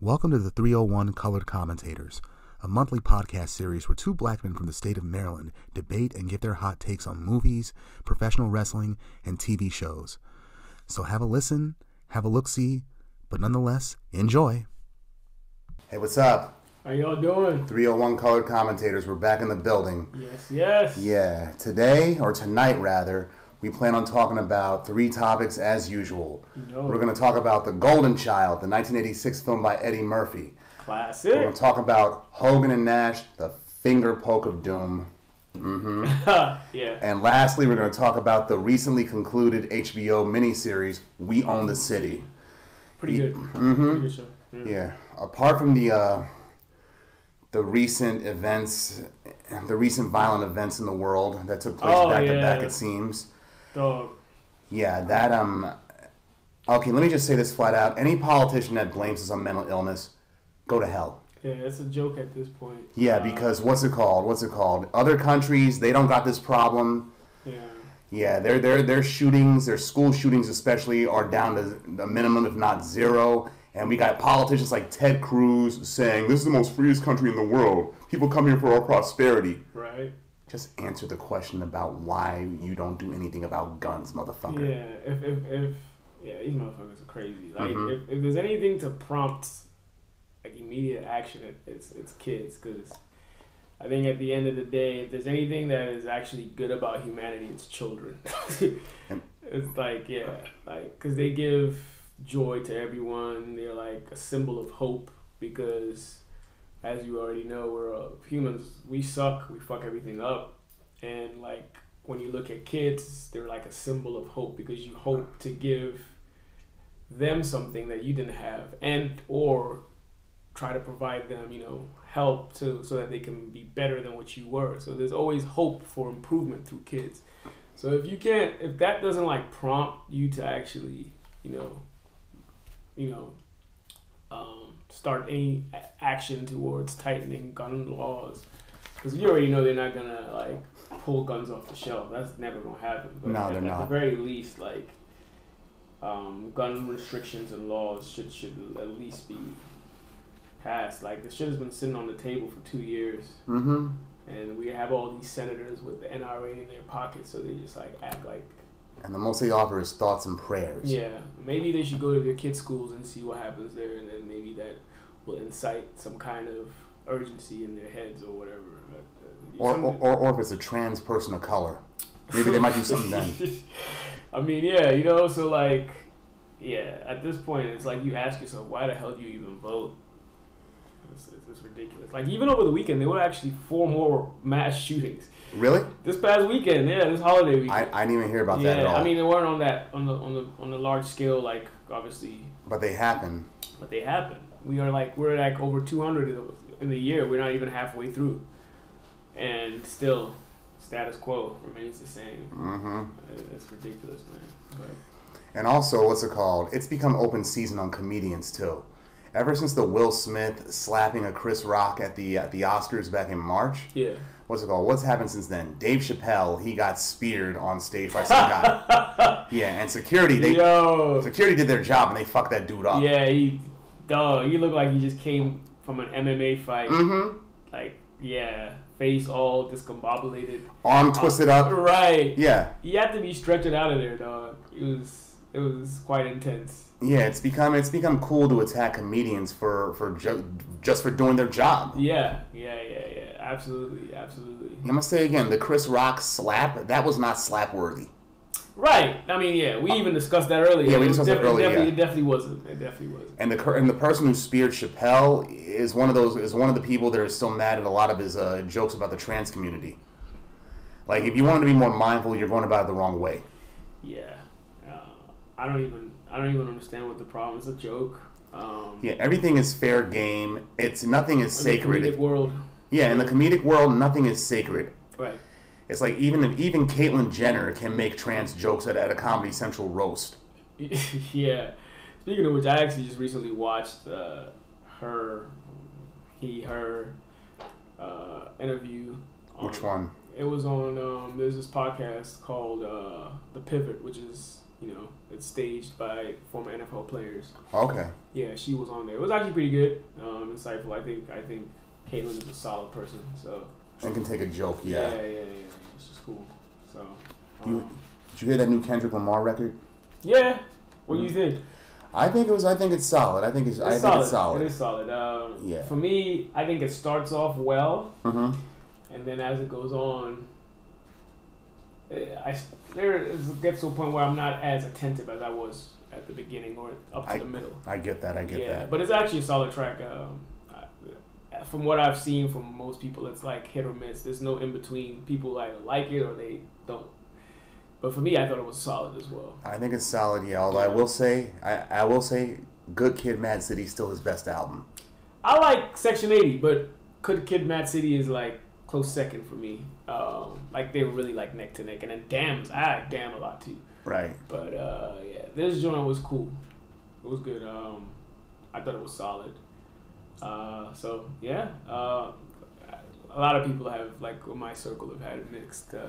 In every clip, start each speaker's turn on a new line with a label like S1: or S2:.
S1: Welcome to the 301 Colored Commentators, a monthly podcast series where two black men from the state of Maryland debate and give their hot takes on movies, professional wrestling, and TV shows. So have a listen, have a look see, but nonetheless, enjoy. Hey, what's up?
S2: How y'all doing?
S1: 301 Colored Commentators, we're back in the building.
S2: Yes, yes.
S1: Yeah, today, or tonight rather, we plan on talking about three topics as usual.
S2: No.
S1: We're going to talk about The Golden Child, the 1986 film by Eddie Murphy. We're
S2: Classic.
S1: going to talk about Hogan and Nash, the finger poke of doom.
S2: yeah.
S1: And lastly, we're going to talk about the recently concluded HBO miniseries, We Own the City.
S2: Pretty good.
S1: Mm-hmm.
S2: Pretty good show. Yeah.
S1: Yeah. Apart from the uh, the recent events, the recent violent events in the world that took place
S2: Oh,
S1: back to
S2: yeah.
S1: back, it seems.
S2: Dog.
S1: Yeah, that um. Okay, let me just say this flat out: any politician that blames us on mental illness, go to hell.
S2: Yeah, it's a joke at this point.
S1: Yeah,
S2: Uh,
S1: because what's it called? What's it called? Other countries they don't got this problem.
S2: Uh, yeah.
S1: Yeah, their their their shootings, their school shootings especially, are down to a minimum, if not zero. And we got politicians like Ted Cruz saying, "This is the most freest country in the world. People come here for our prosperity."
S2: Right.
S1: Just answer the question about why you don't do anything about guns, motherfucker.
S2: Yeah. If if if yeah, these motherfuckers are crazy. Like if, if there's anything to prompt like immediate action, it, it's it's kids because. I think at the end of the day, if there's anything that is actually good about humanity, it's children.
S1: And-
S2: it's like, yeah, like, because they give joy to everyone. They're like a symbol of hope because, as you already know, we're uh, humans. We suck. We fuck everything up. And, like, when you look at kids, they're like a symbol of hope because you hope to give them something that you didn't have and or try to provide them, you know, help to so that they can be better than what you were. So there's always hope for improvement through kids. So if you can't, if that doesn't like prompt you to actually, you know, you know, um, start any a- action towards tightening gun laws, because you already know they're not gonna like pull guns off the shelf. That's never gonna happen. But
S1: No,
S2: at,
S1: they're
S2: at
S1: not.
S2: the very least, like um, gun restrictions and laws should should at least be passed. Like this shit has been sitting on the table for two years
S1: Mm-hmm.
S2: and we have all these senators with the NRA in their pockets, so they just like act like,
S1: And the most they offer is thoughts and prayers.
S2: yeah, maybe they should go to their kids' schools and see what happens there, and then maybe that will incite some kind of urgency in their heads or whatever. But, uh,
S1: Or,
S2: some-
S1: or, or, or if it's a trans person of color, maybe they might do something then.
S2: I mean, yeah, you know, so like, yeah, at this point, it's like you ask yourself, why the hell do you even vote? It's, it's, it's ridiculous. Like even over the weekend, there were actually four more mass shootings.
S1: Really?
S2: This past weekend, yeah, this holiday weekend.
S1: I, I didn't even hear about
S2: yeah,
S1: that at all.
S2: I mean they weren't on that on the on the on the large scale like obviously,
S1: but they happen.
S2: but they happen. We are like we're like over 200 in the- in the year. We're not even halfway through, and still, status quo remains the same.
S1: hmm
S2: It- It's ridiculous, man. But
S1: And also, what's it called? It's become open season on comedians too. Ever since the Will Smith slapping a Chris Rock at the at the Oscars back in March,
S2: yeah,
S1: what's it called? What's happened since then? Dave Chappelle he got speared on stage by some guy. Yeah, and security they
S2: yo,
S1: security did their job and they fucked that dude up.
S2: yeah, he, dog, you look like you just came from an MMA fight.
S1: Mm-hmm.
S2: Like, yeah, face all discombobulated.
S1: Arm twisted up.
S2: Right.
S1: Yeah,
S2: You had to be stretched out of there, dog. It was it was quite intense.
S1: yeah. It's become it's become cool to attack comedians for for ju- just for doing their job.
S2: Yeah, yeah, yeah, yeah. Absolutely, absolutely.
S1: I'm gonna say again, the Chris Rock slap that was not slap worthy.
S2: Right. I mean, yeah. We even discussed that earlier.
S1: Yeah, we
S2: It was
S1: discussed that
S2: defi-
S1: earlier,
S2: Definitely,
S1: yeah.
S2: It definitely wasn't. It definitely wasn't.
S1: and the cur- and the person who speared Chappelle is one of those is one of the people that are still mad at a lot of his uh, jokes about the trans community. Like, if you wanted to be more mindful, you're going about it the wrong way.
S2: Yeah. Uh, I don't even. I don't even understand what the problem is. It's a joke. Um,
S1: Yeah, everything is fair game. It's nothing is
S2: in the
S1: sacred.
S2: comedic world.
S1: yeah, in the comedic world, nothing is sacred.
S2: Right.
S1: It's like even even Caitlyn Jenner can make trans jokes at, at a Comedy Central roast.
S2: yeah. Speaking of which, I actually just recently watched uh, her, he, her uh, interview. on-
S1: Which one?
S2: It was on. Um, there's this podcast called uh, The Pivot, which is you know, it's staged by former NFL players.
S1: Okay.
S2: Yeah, she was on there. It was actually pretty good, um, insightful. I think I think Caitlin is a solid person. So
S1: I can take a joke.
S2: yeah,
S1: Yeah.
S2: yeah, yeah, yeah. It's just cool. So um,
S1: You- Did you hear that new Kendrick Lamar record?
S2: yeah, what do you think?
S1: I think it was. I think it's solid. I think it's. Mm. I think it's solid.
S2: It is solid. Um,
S1: Yeah.
S2: For me, I think it starts off well,
S1: hmm
S2: and then as it goes on, eh, I s- there is, it gets to a point where I'm not as attentive as I was at the beginning or up to
S1: I
S2: the middle.
S1: I get that. I get
S2: yeah,
S1: that.
S2: but it's actually a solid track. Um, I, from what I've seen from most people, it's like hit or miss. There's no in between. People either like it or they don't. But for me, I thought it was solid as well.
S1: I think it's solid. Yeah. Although I will say, I, I will say, Good Kid, Mad City still his best album.
S2: I like Section 80, but Could Kid Mad City is like close second for me. Um, like they're really like neck to neck, and then Damn's I like Damn a lot too.
S1: Right.
S2: But uh, yeah, this joint was cool. It was good. Um, I thought it was solid. Uh, so yeah, uh, a lot of people have like in my circle have had mixed uh,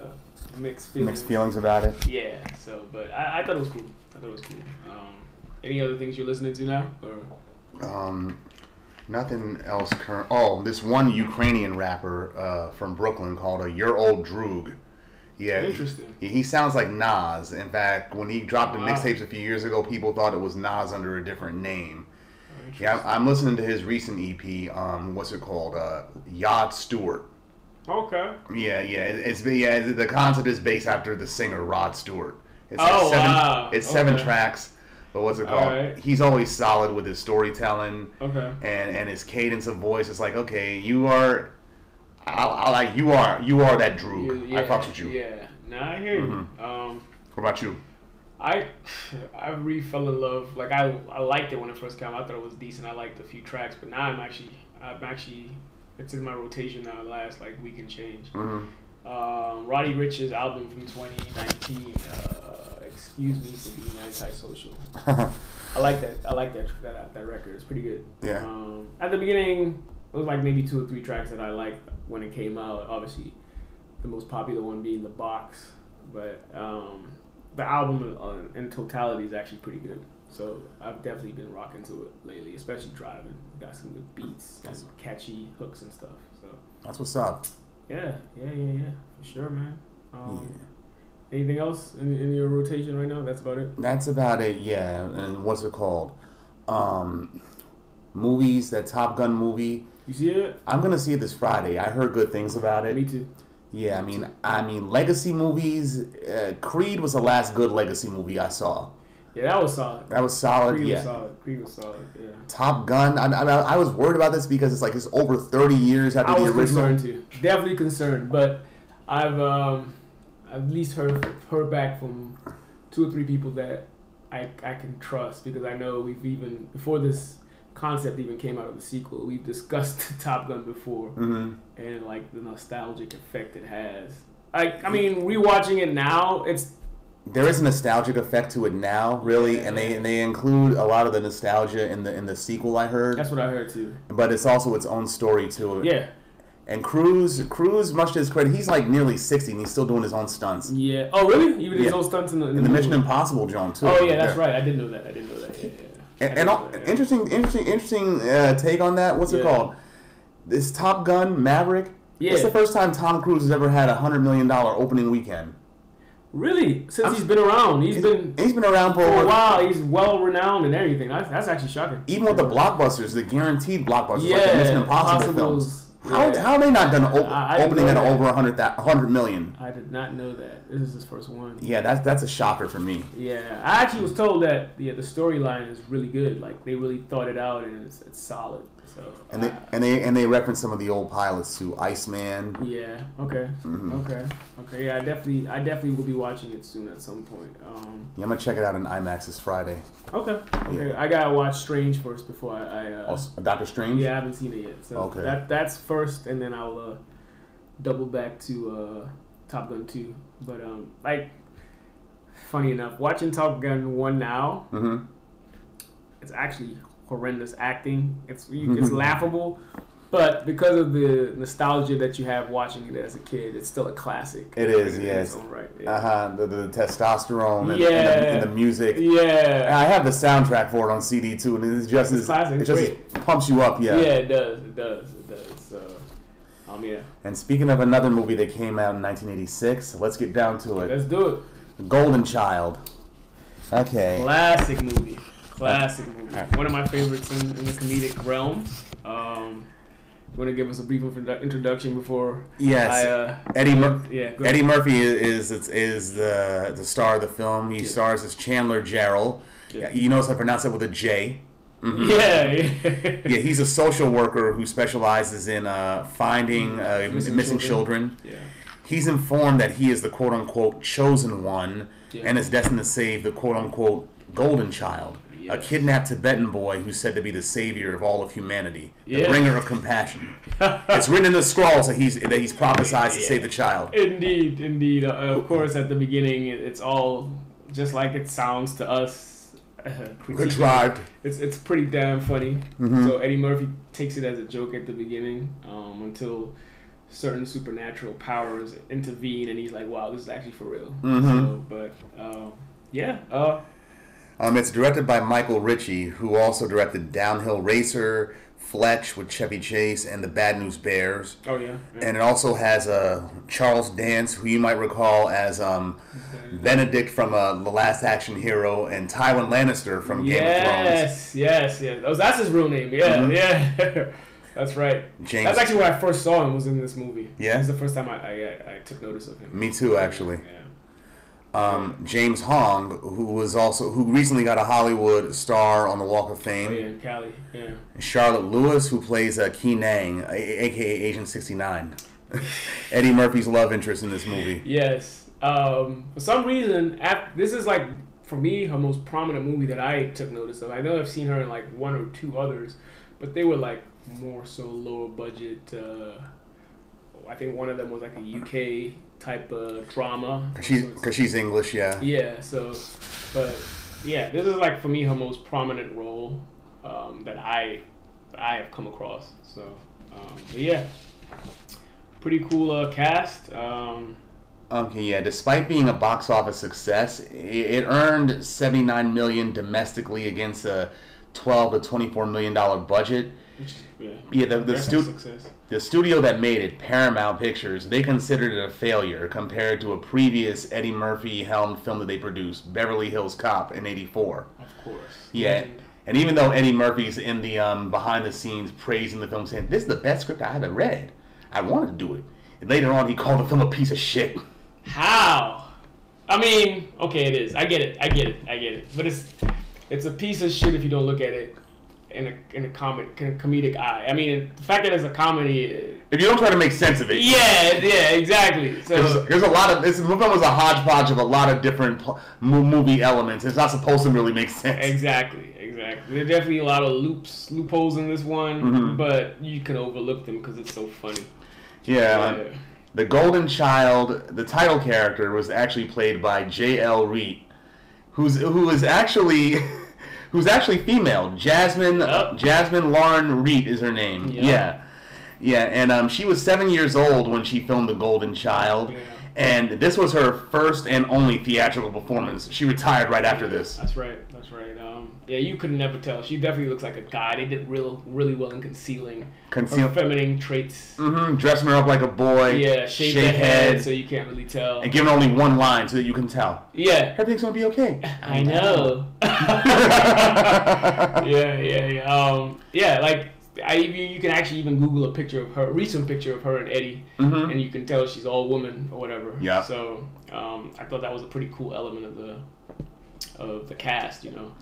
S2: mixed feelings.
S1: Mixed feelings about it.
S2: Yeah. So, but I, I thought it was cool. I thought it was cool. Um, any other things you're listening to now? Or
S1: Um, nothing else current. Oh, this one Ukrainian rapper uh, from Brooklyn called a Your Old Droog. Yeah,
S2: Interesting.
S1: He, he sounds like Nas. In fact, when he dropped the
S2: Wow.
S1: mixtapes a few years ago, people thought it was Nas under a different name. Yeah, I'm, I'm listening to his recent EP. Um, what's it called? Uh, Yod Stewart.
S2: Okay.
S1: Yeah, yeah. it- It's yeah. the- The concept is based after the singer Rod Stewart. It's
S2: Oh,
S1: seven,
S2: wow.
S1: It's seven
S2: Okay.
S1: tracks. But what's it
S2: All
S1: called?
S2: right.
S1: He's always solid with his storytelling
S2: Okay.
S1: and and his cadence of voice is like, okay, you are, I, I like you are you are that Droog. I fucks with Mm-hmm. you.
S2: Yeah. Nah, I hear you. Um,
S1: What about you?
S2: I I really fell in love. Like I I liked it when it first came. out. I thought it was decent. I liked a few tracks, but now I'm actually I'm actually it's in my rotation now. the Last like week and change.
S1: Mm-hmm.
S2: Um, Roddy Rich's album from 2019. Uh, Excuse me for being antisocial. I like that. I like that that, that record. It's pretty good.
S1: Yeah.
S2: Um, at the beginning, it was like maybe two or three tracks that I liked when it came out. Obviously, the most popular one being the box, but um, the album on- in totality is actually pretty good. So I've definitely been rocking to it lately, especially driving. Got some good beats, got some catchy hooks and stuff. So
S1: That's what's up.
S2: yeah, yeah, yeah, yeah, for sure, man. Um, Anything else in, in your rotation right now? That's about it.
S1: That's about it. Yeah, and what's it called? Um, movies. That Top Gun movie.
S2: You see it?
S1: I'm gonna see it this Friday. I heard good things about
S2: Me
S1: it.
S2: too.
S1: Yeah, I mean, I mean, legacy movies. Uh, Creed was the last good legacy movie I saw.
S2: Yeah, that was solid.
S1: That was solid.
S2: Creed
S1: yeah,
S2: was solid. Creed was solid. Yeah.
S1: Top Gun. I, I, I was worried about this because it's like it's over 30 years after
S2: I
S1: the
S2: was
S1: original.
S2: concerned too. Definitely concerned, but I've um, at least heard heard back from two or three people that I I can trust because I know we've even before this concept even came out of the sequel, we've discussed Top Gun before
S1: Mhm.
S2: and like the nostalgic effect it has. Like I mean, rewatching it now, it's
S1: There is a nostalgic effect to it now, really, and they and they include a lot of the nostalgia in the in the sequel. I heard,
S2: that's what I heard too.
S1: but it's also its own story to it.
S2: Yeah.
S1: And Cruz, Cruz, much to his credit, he's like nearly 60 and he's still doing his own stunts.
S2: Yeah. Oh, really? Even
S1: Yeah.
S2: his old stunts in the, in
S1: And the
S2: the
S1: Mission
S2: movie.
S1: Impossible joint too.
S2: Oh yeah, that's right. I didn't know that. I didn't know that. Yeah, yeah. I
S1: And,
S2: didn't
S1: and
S2: know
S1: all,
S2: that, yeah.
S1: interesting, interesting, interesting uh, take on that. What's it
S2: Yeah.
S1: called? This Top Gun Maverick. It's
S2: Yeah.
S1: the first time Tom Cruise has ever had a hundred million dollar opening weekend.
S2: Really? Since he's been around, he's been
S1: He's been around for,
S2: for
S1: a
S2: a
S1: while.
S2: while. He's well renowned and everything. That's, that's actually shocking.
S1: Even with the blockbusters, the guaranteed blockbusters, like the
S2: Yeah,
S1: Mission Impossible films.
S2: Impossibles,
S1: How,
S2: yeah.
S1: how are they not done op-
S2: I- I didn't
S1: opening
S2: know
S1: at
S2: that.
S1: over 100, thou- 100 million?
S2: I did not know that. This is his first one.
S1: Yeah, that's that's a shocker for me.
S2: Yeah, I actually was told that yeah, the storyline is really good. Like they really thought it out and it's, it's solid. So uh,
S1: And they
S2: I-
S1: and they and they reference some of the old pilots too, Iceman.
S2: yeah, okay,
S1: Mm-hmm.
S2: okay, okay. Yeah, I definitely, I definitely will be watching it soon at some point. Um,
S1: Yeah, I'm gonna check it out in IMAX this Friday.
S2: okay, okay. I gotta watch Strange first before I. I uh,
S1: Also, Doctor Strange.
S2: Yeah, I haven't seen it yet. So
S1: Okay.
S2: that that's first, and then I'll uh, double back to uh, Top Gun two. But um, like, funny enough, watching Top Gun one now,
S1: Mm-hmm.
S2: it's actually horrendous acting. It's you, it's laughable, But because of the nostalgia that you have watching it as a kid, it's still a classic.
S1: It is,
S2: In
S1: yes.
S2: its own Right. Yeah.
S1: Uh huh. The, the testosterone and, and, the,
S2: Yeah.
S1: and the music.
S2: Yeah.
S1: I have the soundtrack for it on CD too, and it just is,
S2: classic,
S1: it
S2: it's
S1: just pumps you up.
S2: yeah. it does. It does. It does. So, um, yeah.
S1: And speaking of another movie that came out in 1986, let's get down to it.
S2: Let's do it.
S1: Golden Child. Okay.
S2: Classic movie. Classic movie. One of my favorites in, in the comedic realm. Um, you want to give us a brief introdu- introduction before
S1: Yes.
S2: I, uh,
S1: Eddie Mur-
S2: yeah, go
S1: Eddie Murphy is is, is the the star of the film. He stars as Chandler Jarrell.
S2: Yeah.
S1: You notice I pronounce it with a J.
S2: Yeah, yeah.
S1: Yeah, he's a social worker who specializes in uh, finding uh, missing,
S2: Mm-hmm. Missing
S1: children.
S2: children. yeah.
S1: He's informed that he is the quote unquote chosen one
S2: Yeah.
S1: and is destined to save the quote unquote golden child, a
S2: Yes.
S1: kidnapped Tibetan boy who's said to be the savior of all of humanity, the
S2: Yeah.
S1: bringer of compassion. it's written in the scrolls that he's that he's prophesied to save the child.
S2: Indeed, indeed. Uh, of course, at the beginning, it- it's all just like it sounds to us.
S1: Contrived.
S2: It's it's pretty damn funny.
S1: Mm-hmm.
S2: So Eddie Murphy takes it as a joke at the beginning um, until certain supernatural powers intervene, and he's like, "Wow, this is actually for real."
S1: Mm-hmm.
S2: So, but um, yeah, uh,
S1: Um, it's directed by Michael Ritchie, who also directed Downhill Racer, Fletch with Chevy Chase, and The Bad News Bears.
S2: oh yeah, yeah.
S1: And it also has uh, Charles Dance, who you might recall as um, Benedict from uh, The Last Action Hero, and Tywin Lannister from Game of Thrones.
S2: yes, yes, yes. Oh, that's his real name. Yeah,
S1: Mm-hmm.
S2: yeah. That's right.
S1: James-
S2: That's actually where I first saw him was in this movie.
S1: Yeah?
S2: it's the first time I, I, I- I took notice of him.
S1: Me too, actually.
S2: Yeah.
S1: Um, James Hong, who was also who recently got a Hollywood star on the Walk of Fame.
S2: Oh, yeah, in Cali. Yeah.
S1: Charlotte Lewis, who plays uh, Key Nang, a- aka Agent 69. Eddie Murphy's love interest in this movie.
S2: Yes. Um, for some reason, af this is like for me her most prominent movie that I took notice of. I know I've seen her in like one or two others, but they were like more so lower budget. Uh, I think one of them was like a UK type of drama.
S1: She's
S2: So it's-
S1: because she's English, yeah.
S2: Yeah, so, but yeah, this is like for me her most prominent role um, that I that I have come across. So, um, but yeah, pretty cool uh, cast. Um,
S1: Okay, yeah. Despite being a box office success, i- it earned 79 million domestically against a 12 to 24 million dollar budget.
S2: which is- yeah,
S1: Yeah, the, the,
S2: that's
S1: stu-
S2: success.
S1: the studio that made it, Paramount Pictures, they considered it a failure compared to a previous Eddie Murphy helmed film that they produced, Beverly Hills Cop, in '84.
S2: Of course.
S1: Yeah.
S2: Mm-hmm.
S1: And even though Eddie Murphy's in the um, behind the scenes praising the film, saying, This is the best script I ever read. I wanted to do it. And later on, he called the film a piece of shit.
S2: How? I mean, okay, it is. I get it. I get it. I get it. But it's it's a piece of shit if you don't look at it in a in a comic comedic eye. I mean, the fact that it's a comedy.
S1: If you don't try to make sense of it,
S2: Yeah, yeah, exactly.
S1: there's,
S2: So
S1: there's a lot of this film was a hodgepodge of a lot of different pl- mo- movie elements. It's not supposed to really make sense.
S2: exactly, exactly. There's definitely a lot of loops, loopholes in this one,
S1: Mm-hmm.
S2: but you can overlook them because it's so funny.
S1: Yeah. The Golden Child, the title character, was actually played by J.L. Reed, who's who is actually who's actually female. Jasmine
S2: Yep.
S1: Jasmine Lauren Reed is her name.
S2: Yep.
S1: Yeah. Yeah, and um, she was seven years old when she filmed The Golden Child,
S2: Yeah.
S1: and this was her first and only theatrical performance. She retired right after this.
S2: That's right. That's right. Um, yeah, you could never tell. She definitely looks like a guy. They did real, really well in concealing
S1: Conceal-
S2: her feminine traits.
S1: hmm dressing her up like a boy,
S2: Yeah, shave
S1: shave
S2: the head
S1: head,
S2: so you can't really tell.
S1: and giving her only one line so that you can tell
S2: Yeah,
S1: everything's gonna be okay.
S2: I know. yeah, yeah, yeah. Um, yeah, like I even you can actually even Google a picture of her, recent picture of her and Eddie, and you can tell she's all woman or whatever.
S1: Mm-hmm. Yeah.
S2: So um, I thought that was a pretty cool element of the of the cast, you know.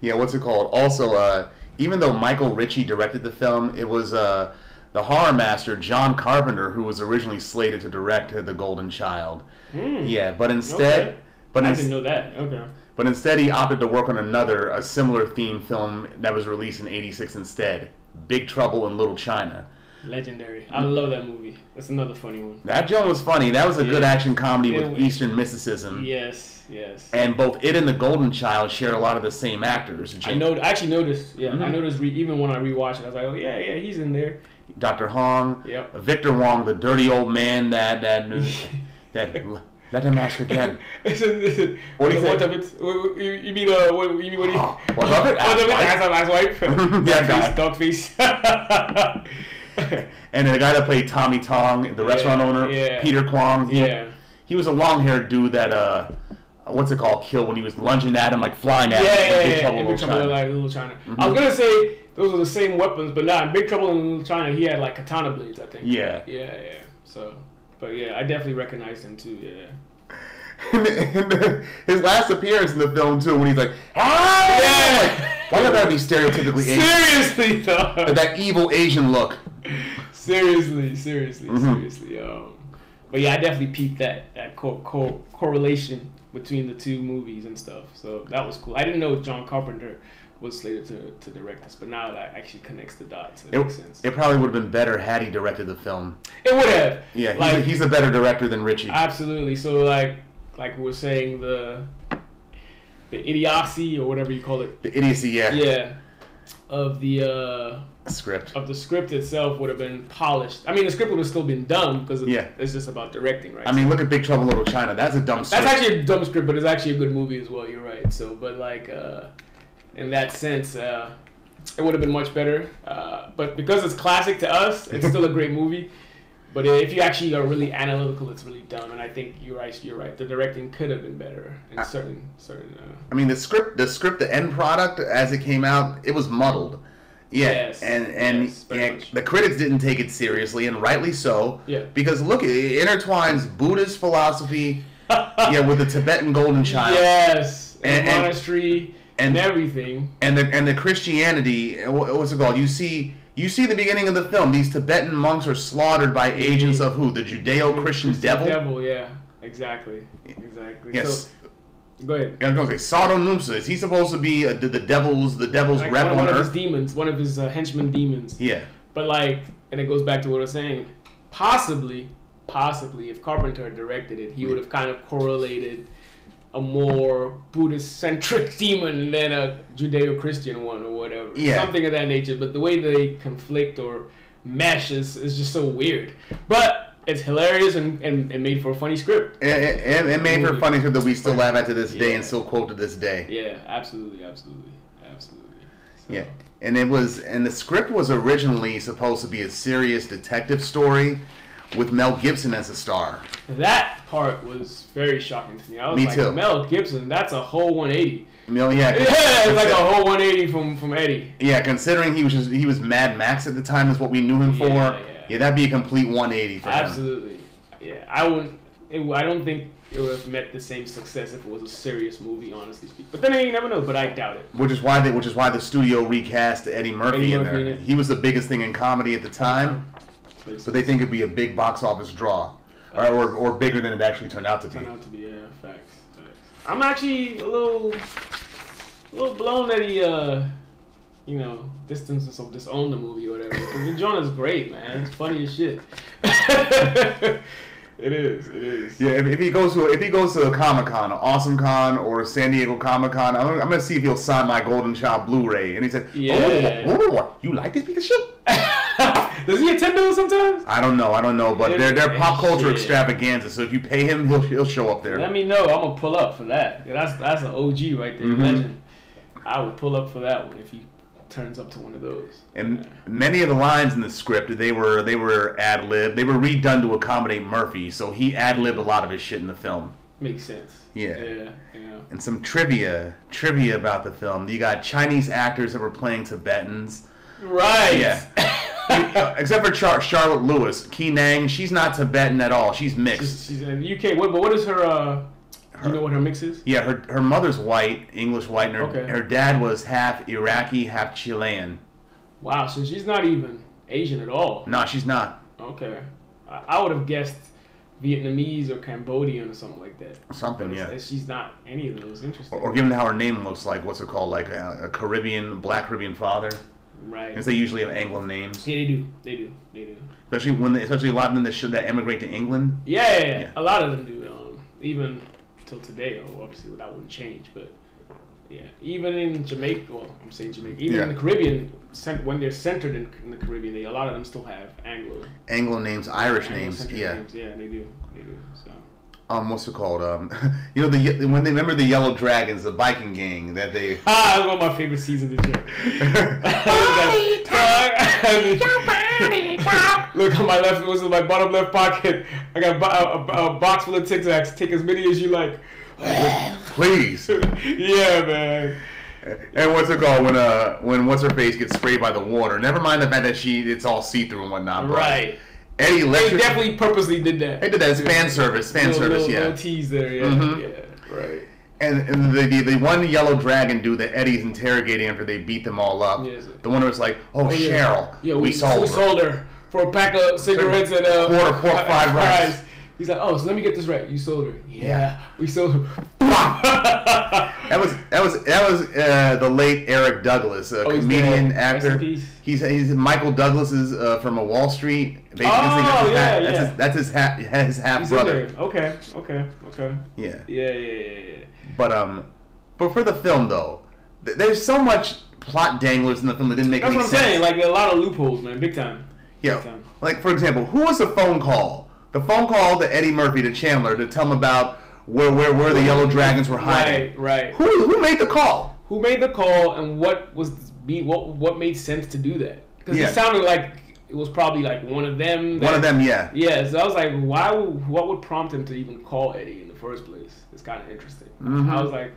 S1: Yeah, what's it called? Also, uh, even though Michael Ritchie directed the film, it was uh, the horror master John Carpenter who was originally slated to direct The Golden Child. Yeah, but instead,
S2: Okay.
S1: but,
S2: Hmm. I
S1: ins-
S2: didn't know that. Okay.
S1: but instead he opted to work on another, a similar theme film that was released in '86 instead, Big Trouble in Little China.
S2: Legendary. I love that movie. That's another funny one.
S1: That joke was funny. That was a good
S2: Yeah.
S1: action comedy
S2: Yeah,
S1: with
S2: we-
S1: Eastern mysticism.
S2: Yes, yes.
S1: And both it and the Golden Child share a lot of the same actors.
S2: I know. I actually noticed. Yeah, I
S1: Mhm.
S2: noticed. Re- even when I rewatched it, I was like, oh yeah, yeah, he's in there.
S1: Dr. Hong,
S2: Yep.
S1: Victor Wong, the dirty old man that that that let him ask again.
S2: what do
S1: What do you
S2: What
S1: think?
S2: of it? What- You you mean uh? What you mean? What do you?
S1: Oh, what of it?
S2: What of it?
S1: Ass
S2: Ass wife.
S1: Yeah, guy.
S2: Dog face. Dog face.
S1: And the guy that played Tommy Tong, the
S2: Yeah,
S1: restaurant owner,
S2: yeah.
S1: Peter Kwong. He,
S2: yeah.
S1: he was a long-haired dude that uh, what's it called? Killed when he was lunging at him like flying
S2: Yeah,
S1: at him.
S2: yeah,
S1: in Big
S2: yeah.
S1: Trouble
S2: in
S1: in
S2: Big
S1: Little
S2: Trouble in
S1: China. Mm-hmm.
S2: like, Little China. I was gonna say those are the same weapons, but not nah, in Big Trouble in Little China. He had like katana blades, I think.
S1: Yeah.
S2: yeah, yeah. So, but yeah, I definitely recognized him too. Yeah.
S1: His last appearance in the film too, when he's like, "Ah!"
S2: Yeah.
S1: Why would that be stereotypically Asian?
S2: Seriously though.
S1: That evil Asian look.
S2: seriously, seriously,
S1: Mhm.
S2: seriously. Um, but yeah, I definitely peeped that that co- co- correlation between the two movies and stuff. So that was cool. I didn't know John Carpenter was slated to, to direct this, but now that actually connects the dots. It,
S1: It,
S2: makes sense. It,
S1: it probably would have been better had he directed the film.
S2: would have.
S1: Yeah, he's,
S2: Like-
S1: a, he's a better director than Richie.
S2: Absolutely. So like like we were saying the the idiocy or whatever you call it.
S1: the idiocy, yeah,
S2: Yeah. Of the uh
S1: script.
S2: of the script itself would have been polished. I mean the script would have still been dumb because
S1: Yeah.
S2: it's just about directing, right?
S1: I mean, look at Big Trouble in Little China. That's a dumb script.
S2: That's actually a dumb script, but it's actually a good movie as well. You're right. So, but like uh, in that sense, uh, it would have been much better. Uh, but because it's classic to us, it's still a great movie. But if you actually are really analytical, it's really dumb. And I think you're right. You're right. The directing could have been better in certain certain. Uh,
S1: I mean, the script, the script, the end product as it came out, it was muddled. Yeah,
S2: Yes,
S1: and and,
S2: yes, very
S1: and
S2: much.
S1: the critics didn't take it seriously, and rightly so.
S2: Yeah.
S1: Because look, it intertwines Buddhist philosophy, yeah, with the Tibetan Golden Child,
S2: uh, yes, and,
S1: And-
S2: the
S1: and-
S2: monastery
S1: and-
S2: and, everything.
S1: and the and the Christianity. and wha- What's it called? You see, you see the beginning of the film. These Tibetan monks are slaughtered by agents of who? The Judeo-Christian devil.
S2: Devil. Yeah. Exactly. Exactly.
S1: Yes.
S2: So, go ahead.
S1: I was gonna say Sodom Numsa. Is he supposed to be uh the, the devil's the devil's
S2: Like
S1: rep
S2: one,
S1: on
S2: one of his
S1: earth?
S2: demons, one of his uh, henchmen demons.
S1: Yeah.
S2: But like, and it goes back to what I was saying. Possibly, possibly, if Carpenter had directed it, he would have kind of correlated a more Buddhist-centric demon than a Judeo-Christian one or whatever,
S1: Yeah.
S2: something of that nature. But the way they conflict or mesh is, is just so weird. But it's hilarious and, and, and made for a funny script.
S1: And, and, and made for
S2: Movie.
S1: funny that we still laugh at to this day
S2: Yeah.
S1: and still quote to this day.
S2: Yeah, absolutely, absolutely, absolutely. So,
S1: Yeah. And it was and the script was originally supposed to be a serious detective story with Mel Gibson as a star.
S2: That part was very shocking to me. I was
S1: Me
S2: like,
S1: too.
S2: Mel Gibson, that's a whole 180.
S1: Mel, yeah,
S2: Yeah, it's like a whole 180 from from Eddie.
S1: yeah, considering he was just he was Mad Max at the time is what we knew him for.
S2: Yeah,
S1: Yeah,
S2: yeah.
S1: that'd be a complete 180 for him.
S2: Absolutely. Yeah, I wouldn't. It, I don't think it would have met the same success if it was a serious movie, honestly speaking. But then you never know. But I doubt it.
S1: Which is why they, which is why the studio recast Eddie Murphy,
S2: Eddie
S1: in
S2: Murphy
S1: there.
S2: in it.
S1: He was the biggest thing in comedy at the time.
S2: But it's
S1: So they think it'd be a big box office draw, or, or, or bigger than it actually turned out to be.
S2: turned out to be yeah, facts. facts. I'm actually a little, a little blown that he, uh, you know, distanced himself, disowned the movie or whatever. 'Cause the Jonah's great, man. It's funny as shit. it is. It is.
S1: Yeah, if, if he goes to a, if he goes to a Comic Con, an Awesome Con, or San Diego Comic Con, I'm, gonna- I'm gonna see if he'll sign my Golden Child Blu-ray. And he said, "Oh,
S2: Yeah.
S1: whoa, whoa, whoa, you like this piece of shit?"
S2: Does he attend those sometimes?
S1: I don't know, I don't know, but they're they're pop culture
S2: Shit.
S1: extravaganza. So if you pay him, he'll he'll show up there.
S2: Let me know. I'm gonna pull up for that. Yeah, that's that's an OG right there,
S1: Mhm.
S2: legend. I would pull up for that one if he turns up to one of those.
S1: And many of the lines in the script they were they were ad lib. They were redone to accommodate Murphy, so he ad libbed a lot of his shit in the film.
S2: Makes sense.
S1: Yeah.
S2: Yeah. Yeah.
S1: and some trivia trivia about the film. You got Chinese actors that were playing Tibetans.
S2: Right.
S1: Yeah. Except for Char- Charlotte Lewis, Keenang, she's not Tibetan at all. She's mixed.
S2: She's in the UK. What? But what is her? uh You know what her mix is?
S1: Yeah, her her mother's white, English white, and her,
S2: Okay.
S1: her dad was half Iraqi, half Chilean.
S2: Wow. So she's not even Asian at all.
S1: No, she's not.
S2: Okay. I, I would have guessed Vietnamese or Cambodian or something like that.
S1: Something,
S2: But
S1: yeah.
S2: it's- She's not any of those. Interesting.
S1: uh, Or, or given how her name looks like, what's it called? Like a, a Caribbean, black Caribbean father.
S2: Right.
S1: Since they usually have Anglo names,
S2: Yeah, they do. They do. They do.
S1: especially when especially a lot of them that should that emigrate to England.
S2: Yeah, yeah, yeah.
S1: Yeah.
S2: a lot of them do. Um, even till today, oh, obviously that wouldn't change. But yeah, even in Jamaica, well, I'm saying Jamaica, even in
S1: Yeah.
S2: the Caribbean, cent- when they're centered in, in the Caribbean, they, a lot of them still have Anglo
S1: Anglo names, Irish names,
S2: Anglo-centric
S1: yeah.
S2: names. Yeah, they do. They do. So
S1: Um, what's it called? Um, you know the ye- when they remember the Yellow Dragons, the Viking gang that they.
S2: ah, that's one of my favorite seasons this year. Look on my left. It was in my bottom left pocket. I got bo- a, a, a box full of Tic Tacs. Take as many as you like.
S1: Please.
S2: yeah, man.
S1: And what's it called when uh when what's her face gets sprayed by the water? Never mind the fact that she it's all see through and whatnot. But
S2: Right.
S1: Eddie
S2: They
S1: Electric.
S2: definitely purposely did that.
S1: They did that as fan service. Fan
S2: Little-
S1: service.
S2: little-
S1: yeah.
S2: little tease there. Yeah.
S1: Mhm.
S2: Yeah. Right.
S1: And, and the, the the one yellow dragon dude that Eddie's interrogating after they beat them all up.
S2: Yes.
S1: The one who's like, oh,
S2: yeah.
S1: Cheryl,
S2: Yeah,
S1: we, sold her.
S2: sold her for a pack of cigarettes and uh,
S1: Quarter pork fried rice.
S2: He's like, oh, so let me get this right. You sold her. Yeah,
S1: Yeah.
S2: we sold her.
S1: That was that was that was uh, the late Eric Douglas, a
S2: Oh, he's
S1: comedian
S2: dead. Rest
S1: actor.
S2: in peace.
S1: He's he's Michael Douglas is uh, from a Wall Street. Basically,
S2: Oh,
S1: that's his
S2: yeah,
S1: half,
S2: yeah.
S1: That's his, that's his half his half
S2: He's in there.
S1: brother.
S2: Okay, okay, okay.
S1: Yeah.
S2: Yeah, yeah, yeah, yeah.
S1: But um, but for the film though, th- there's so much plot danglers in the film that didn't make
S2: That's
S1: any
S2: what I'm
S1: sense.
S2: saying. Like a lot of loopholes, man. Big time.
S1: yeah,
S2: Big time.
S1: like for example, who was the phone call? The phone call to Eddie Murphy to Chandler to tell him about where where where the yellow dragons were hiding.
S2: Right, right.
S1: Who who made the call?
S2: who made the call and what was be what what made sense to do that because
S1: Yeah.
S2: it sounded like it was probably like one of them
S1: One of
S2: that-
S1: them, yeah.
S2: yeah so i was like why would- what would prompt him to even call eddie in the first place it's kind of interesting
S1: Mm-hmm.
S2: i was like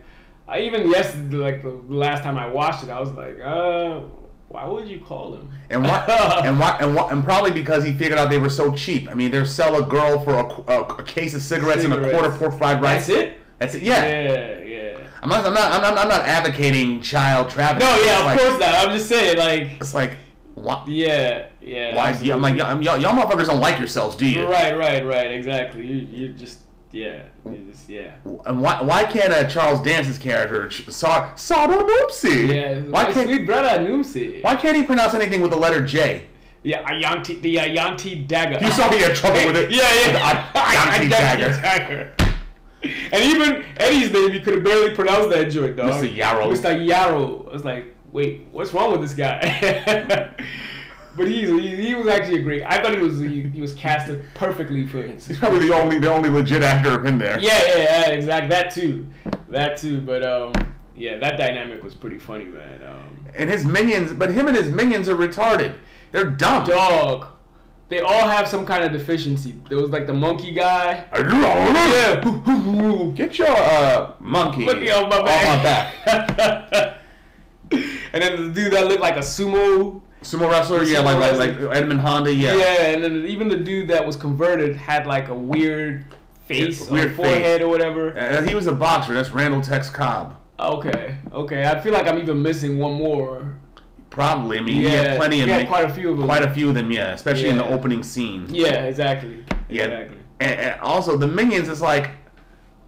S2: i even yesterday like the last time i watched it i was like uh why would you call him
S1: And why, and why, and why, and probably because he figured out they were so cheap. I mean, they'd sell a girl for a, qu- a, a case of cigarettes, and a
S2: Cigarettes.
S1: quarter pork fried rice.
S2: that's it
S1: That's it. Yeah.
S2: yeah yeah
S1: I'm not, I'm not, I'm not, I'm not advocating child trafficking.
S2: no yeah
S1: It's
S2: of
S1: like,
S2: course not i'm just saying like
S1: It's like, why?
S2: yeah yeah
S1: why yeah, I'm like, y'all, I'm- y'all, y'all motherfuckers don't like yourselves, do you?
S2: Right, right, right. Exactly. You, you just, yeah, you just, yeah.
S1: And why, why can't uh, Charles Dance's character ch- saw Sodom Oopsie?
S2: Yeah.
S1: Why
S2: my
S1: can't,
S2: sweet brother Noomsi?
S1: why can't he pronounce anything with the letter J?
S2: Yeah, Ayanti, the Ayanti dagger.
S1: You saw me in trouble with it.
S2: Yeah, yeah.
S1: With the Ayanti dagger.
S2: dagger. And even Eddie's name, you could have barely pronounced that joint, dog.
S1: Mr. Yarrow.
S2: Mr. Yarrow. I was like, wait, what's wrong with this guy? but he's, he, he was actually a great. I thought he was he, he was casted perfectly for his
S1: He's probably the only, the only legit actor in there.
S2: Yeah, yeah, yeah, exactly. That too, that too. But um, yeah, that dynamic was pretty funny, man. Um,
S1: and his minions, but him and his minions are retarded. They're dumb.
S2: dog, they all have some kind of deficiency. There was like the monkey guy.
S1: Get your uh, monkey
S2: Look at my
S1: off my back.
S2: back. and then the dude that looked like a sumo.
S1: Sumo wrestler, yeah,
S2: Sumo
S1: like, like
S2: wrestler.
S1: like Edmund Honda, yeah.
S2: Yeah, and then even the dude that was converted had like a weird face,
S1: Yeah, weird
S2: or forehead,
S1: face.
S2: or whatever.
S1: Uh, he was a boxer. That's Randall Tex Cobb.
S2: Okay, okay. I feel like I'm even missing one more.
S1: Probably. I mean, he
S2: Yeah,
S1: had plenty of
S2: he had
S1: mi-
S2: quite a few of them.
S1: quite a few of them, yeah. Especially in the
S2: Yeah.
S1: opening scene.
S2: Yeah, exactly.
S1: Yeah.
S2: Exactly.
S1: And, and also the minions is like,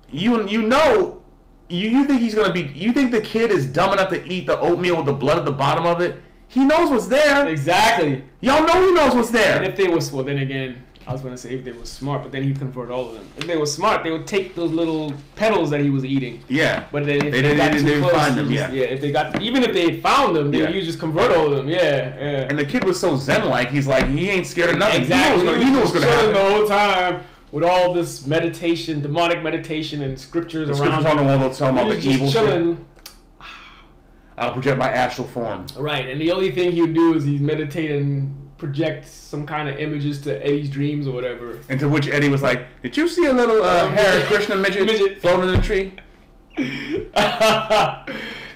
S1: you you know, you, you think he's gonna be? You think the kid is dumb enough to eat the oatmeal with the blood at the bottom of it? He knows what's there.
S2: Exactly.
S1: Y'all know he knows what's there.
S2: And if they was well, then again, I was gonna say if they were smart, but then he'd convert all of them. If they were smart, they would take those little petals that he was eating.
S1: Yeah.
S2: But then if
S1: They
S2: they,
S1: didn't-
S2: got
S1: they
S2: too
S1: didn't
S2: close,
S1: find
S2: you
S1: them,
S2: just-
S1: yeah.
S2: If they got even if they found them, then
S1: Yeah.
S2: you just convert all of them. Yeah. Yeah.
S1: and the kid was so zen like, he's like, he ain't scared of nothing. He knows, he knows what's gonna happen.
S2: chilling the whole time with all this meditation, demonic meditation, and scriptures
S1: The
S2: around.
S1: scriptures on the wall they'll tell him
S2: He
S1: about
S2: was
S1: the
S2: just
S1: evil shit.
S2: chilling.
S1: I'll project my astral form.
S2: Right, and the only thing he'd do is he'd meditate and project some kind of images to Eddie's dreams or whatever.
S1: And to which Eddie was like, Did you see a little uh, Hare Krishna midget,
S2: Um, Midget.
S1: floating in a tree?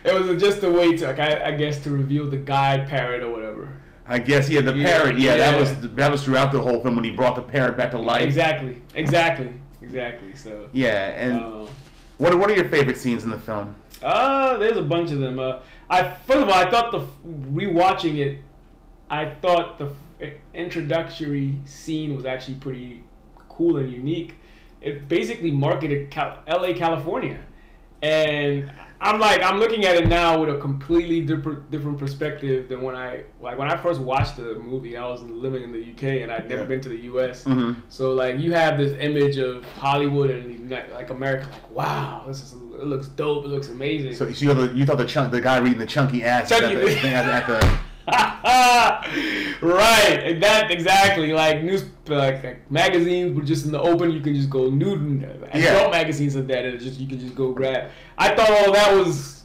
S2: it was just a way to, like, I, I guess, to reveal the guide parrot or whatever.
S1: I guess he had the parrot. Yeah, that
S2: Yeah.
S1: was that was throughout the whole film when he brought the parrot back to life.
S2: Exactly, exactly, exactly. So,
S1: Yeah, and
S2: uh,
S1: what are, what are your favorite scenes in the film?
S2: uh, there's a bunch of them. Uh, I first of all, I thought the rewatching it, I thought the f- eh, introductory scene was actually pretty cool and unique. It basically marketed Cal- L.A. California, and I'm like I'm looking at it now with a completely different different perspective than when I like when I first watched the movie. I was living in the UK and I'd never
S3: Yeah.
S2: been to the US.
S1: Mhm.
S2: So like you have this image of Hollywood and like like America, like wow, this is it looks dope, it looks amazing.
S1: So, so you, thought the, you thought the chunk, the guy reading the chunky ass was
S2: Chunky-
S1: at, the, thing at, at the
S2: right, that exactly. Like news, like, like magazines were just in the open. You can just go nude. And
S1: Yeah.
S2: Adult magazines are that. It's just you can just go grab. I thought all that was,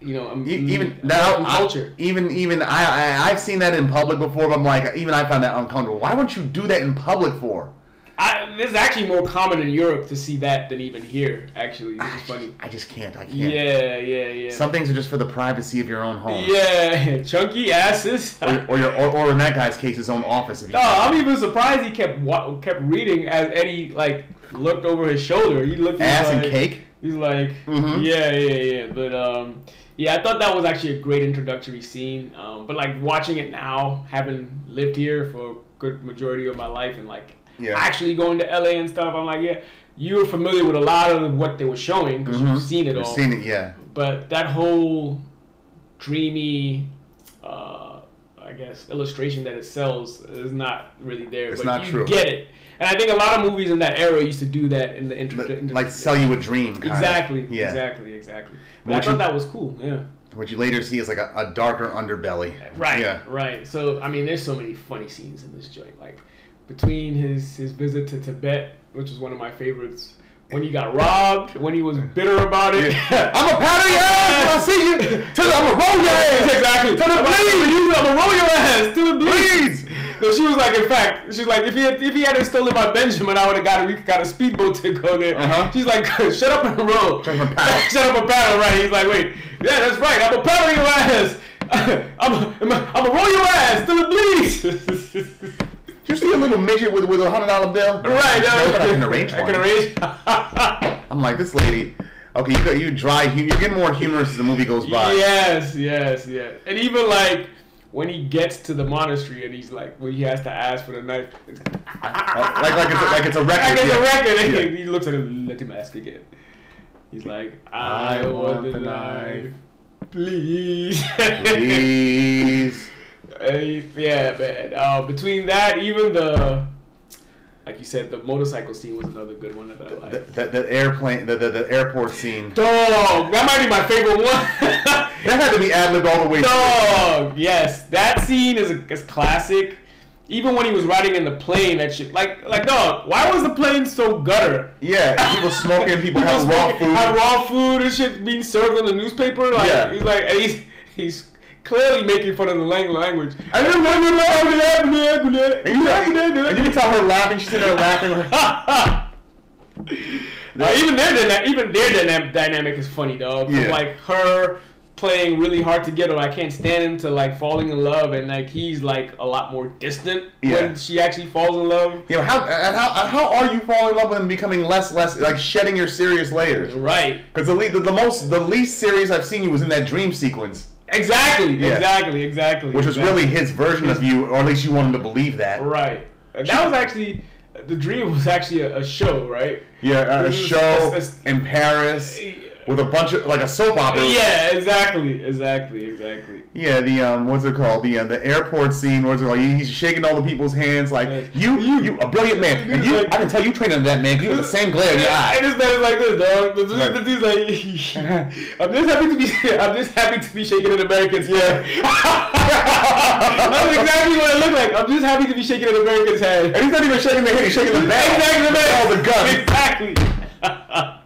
S2: you know, um,
S1: e- even
S2: American
S1: now
S2: culture.
S1: even even I, I I've seen that in public before, but I'm like even I found that uncomfortable. Why would you do that in public for?
S2: I, this is actually more common in Europe to see that than even here. Actually,
S1: I
S2: it's funny.
S1: just, I just can't. I can't.
S2: Yeah, yeah, yeah.
S1: Some things are just for the privacy of your own home.
S2: yeah, chunky asses.
S1: Or, or your or, or in that guy's case, his own office. If you
S2: No, I'm even surprised he kept wa- kept reading as Eddie like looked over his shoulder. He looked
S1: ass
S2: like,
S1: and cake.
S2: He's like,
S1: Mhm.
S2: yeah, yeah, yeah. But um, yeah, I thought that was actually a great introductory scene. Um, but like watching it now, having lived here for a good majority of my life, and like
S1: Yeah.
S2: actually going to LA and stuff, I'm like, yeah, you were familiar with a lot of what they were showing because
S1: Mhm.
S2: you've seen it
S1: I've
S2: all.
S1: seen it. Yeah.
S2: But that whole dreamy, uh, I guess, illustration that it sells is not really there.
S1: It's
S2: but
S1: not
S2: you
S1: true.
S2: get it. And I think a lot of movies in that era used to do that in the intro.
S1: But,
S2: intro-
S1: like sell you a dream. kinda.
S2: Exactly.
S1: Yeah.
S2: Exactly. Exactly. But
S1: What
S2: I
S1: you-
S2: thought that was cool. Yeah.
S1: What you later see is like a, a darker underbelly.
S2: Right.
S1: Yeah.
S2: Right. So I mean, there's so many funny scenes in this joint. Like between his his visit to Tibet, which is one of my favorites, when he got robbed, when he was bitter about it.
S1: I'm a powder your ass when I see you. Till I'm a roll your ass.
S2: exactly.
S1: To the bleed.
S2: I'm gonna roll your ass to the bleeds.
S1: Please.
S2: No, she was like, in fact, she's like, if he had, if he hadn't stolen my Benjamin, I would have got a, we got a speedboat to go there.
S1: Uh-huh.
S2: She's like, shut up and roll.
S1: Shut up and paddle.
S2: Shut up and paddle, right? He's like, wait, yeah, that's right. I'm gonna paddle your ass. I'm, I'm, I'm gonna roll your ass to the bleeds.
S1: Did you see a little midget with, with a hundred dollar bill?
S2: right?
S1: No, but I can arrange
S2: I
S1: one.
S2: can arrange.
S1: I'm like this lady. Okay, you got you dry. hu- You're getting more humorous as the movie goes by.
S2: Yes, yes, yes. And even like when he gets to the monastery and he's like, when he has to ask for the knife, it's
S1: Uh, Like like it's a, like it's a record.
S2: like it's
S1: yeah.
S2: a record. And
S1: Yeah.
S2: he- he looks at him, let him ask again. He's like, I,
S1: I
S2: want the
S1: want the
S2: knife,
S1: knife.
S2: please.
S1: Please.
S2: Hey, yeah, man. Uh, between that, even the. Like you said, the motorcycle scene was another good one that I
S1: The,
S2: liked.
S1: the, the airplane, the, the, the airport scene.
S2: Dog, that might be my favorite one.
S1: That had to be ad libbed all the way. through.
S2: Dog. Yes, that scene is a is classic. Even when he was riding in the plane, that shit, like, like, dog. Why was the plane so gutter?
S1: Yeah, people smoking, people
S2: He was
S1: have raw
S2: smoking-
S1: food.
S2: Had raw food and shit being served on the newspaper. Like,
S1: Yeah.
S2: he's like, and he's he's clearly making fun of the lang- language.
S1: I didn't want to And you, and you can tell her laughing. She's sitting there laughing. like,
S2: Uh, even their dyna- even their dynam- dynamic is funny, dog. From,
S1: Yeah.
S2: Like her playing really hard to get, or I can't stand him to like falling in love, and like he's like a lot more distant
S1: Yeah.
S2: when she actually falls in love.
S1: You know, how, uh, how, uh, how are you falling in love with and becoming less, less, like shedding your serious layers?
S2: Right.
S1: Because the, le- the, the most, the least serious I've seen you was in that dream sequence,
S2: Exactly.
S1: Yeah.
S2: Exactly. Exactly.
S1: which was
S2: exactly.
S1: really his version of you, or at least you wanted to believe that.
S2: right. And that was actually the dream was actually a, a show, right?
S1: Yeah, a,
S2: It
S1: a
S2: was-
S1: show
S2: it's-
S1: in Paris with a bunch of, like a soap opera.
S2: Yeah. Exactly. Exactly. Exactly.
S1: Yeah, the um, what's it called? The uh, the airport scene. What's it called? He's shaking all the people's hands like
S2: Yes.
S1: you, you, you, a brilliant man. And you, I can tell you trained under that man. 'cause You have the same glare in your
S2: Yeah,
S1: eye.
S2: and this man is like this, dog. The, dude- the
S1: Right.
S2: dude's like, I'm just happy to be, I'm just happy to be shaking an American's hand. That's exactly what it looked like. I'm just happy to be shaking an American's hand.
S1: And he's not even shaking the hand. He's shaking the back.
S2: Exactly, the man.
S1: All the gun.
S2: Exactly.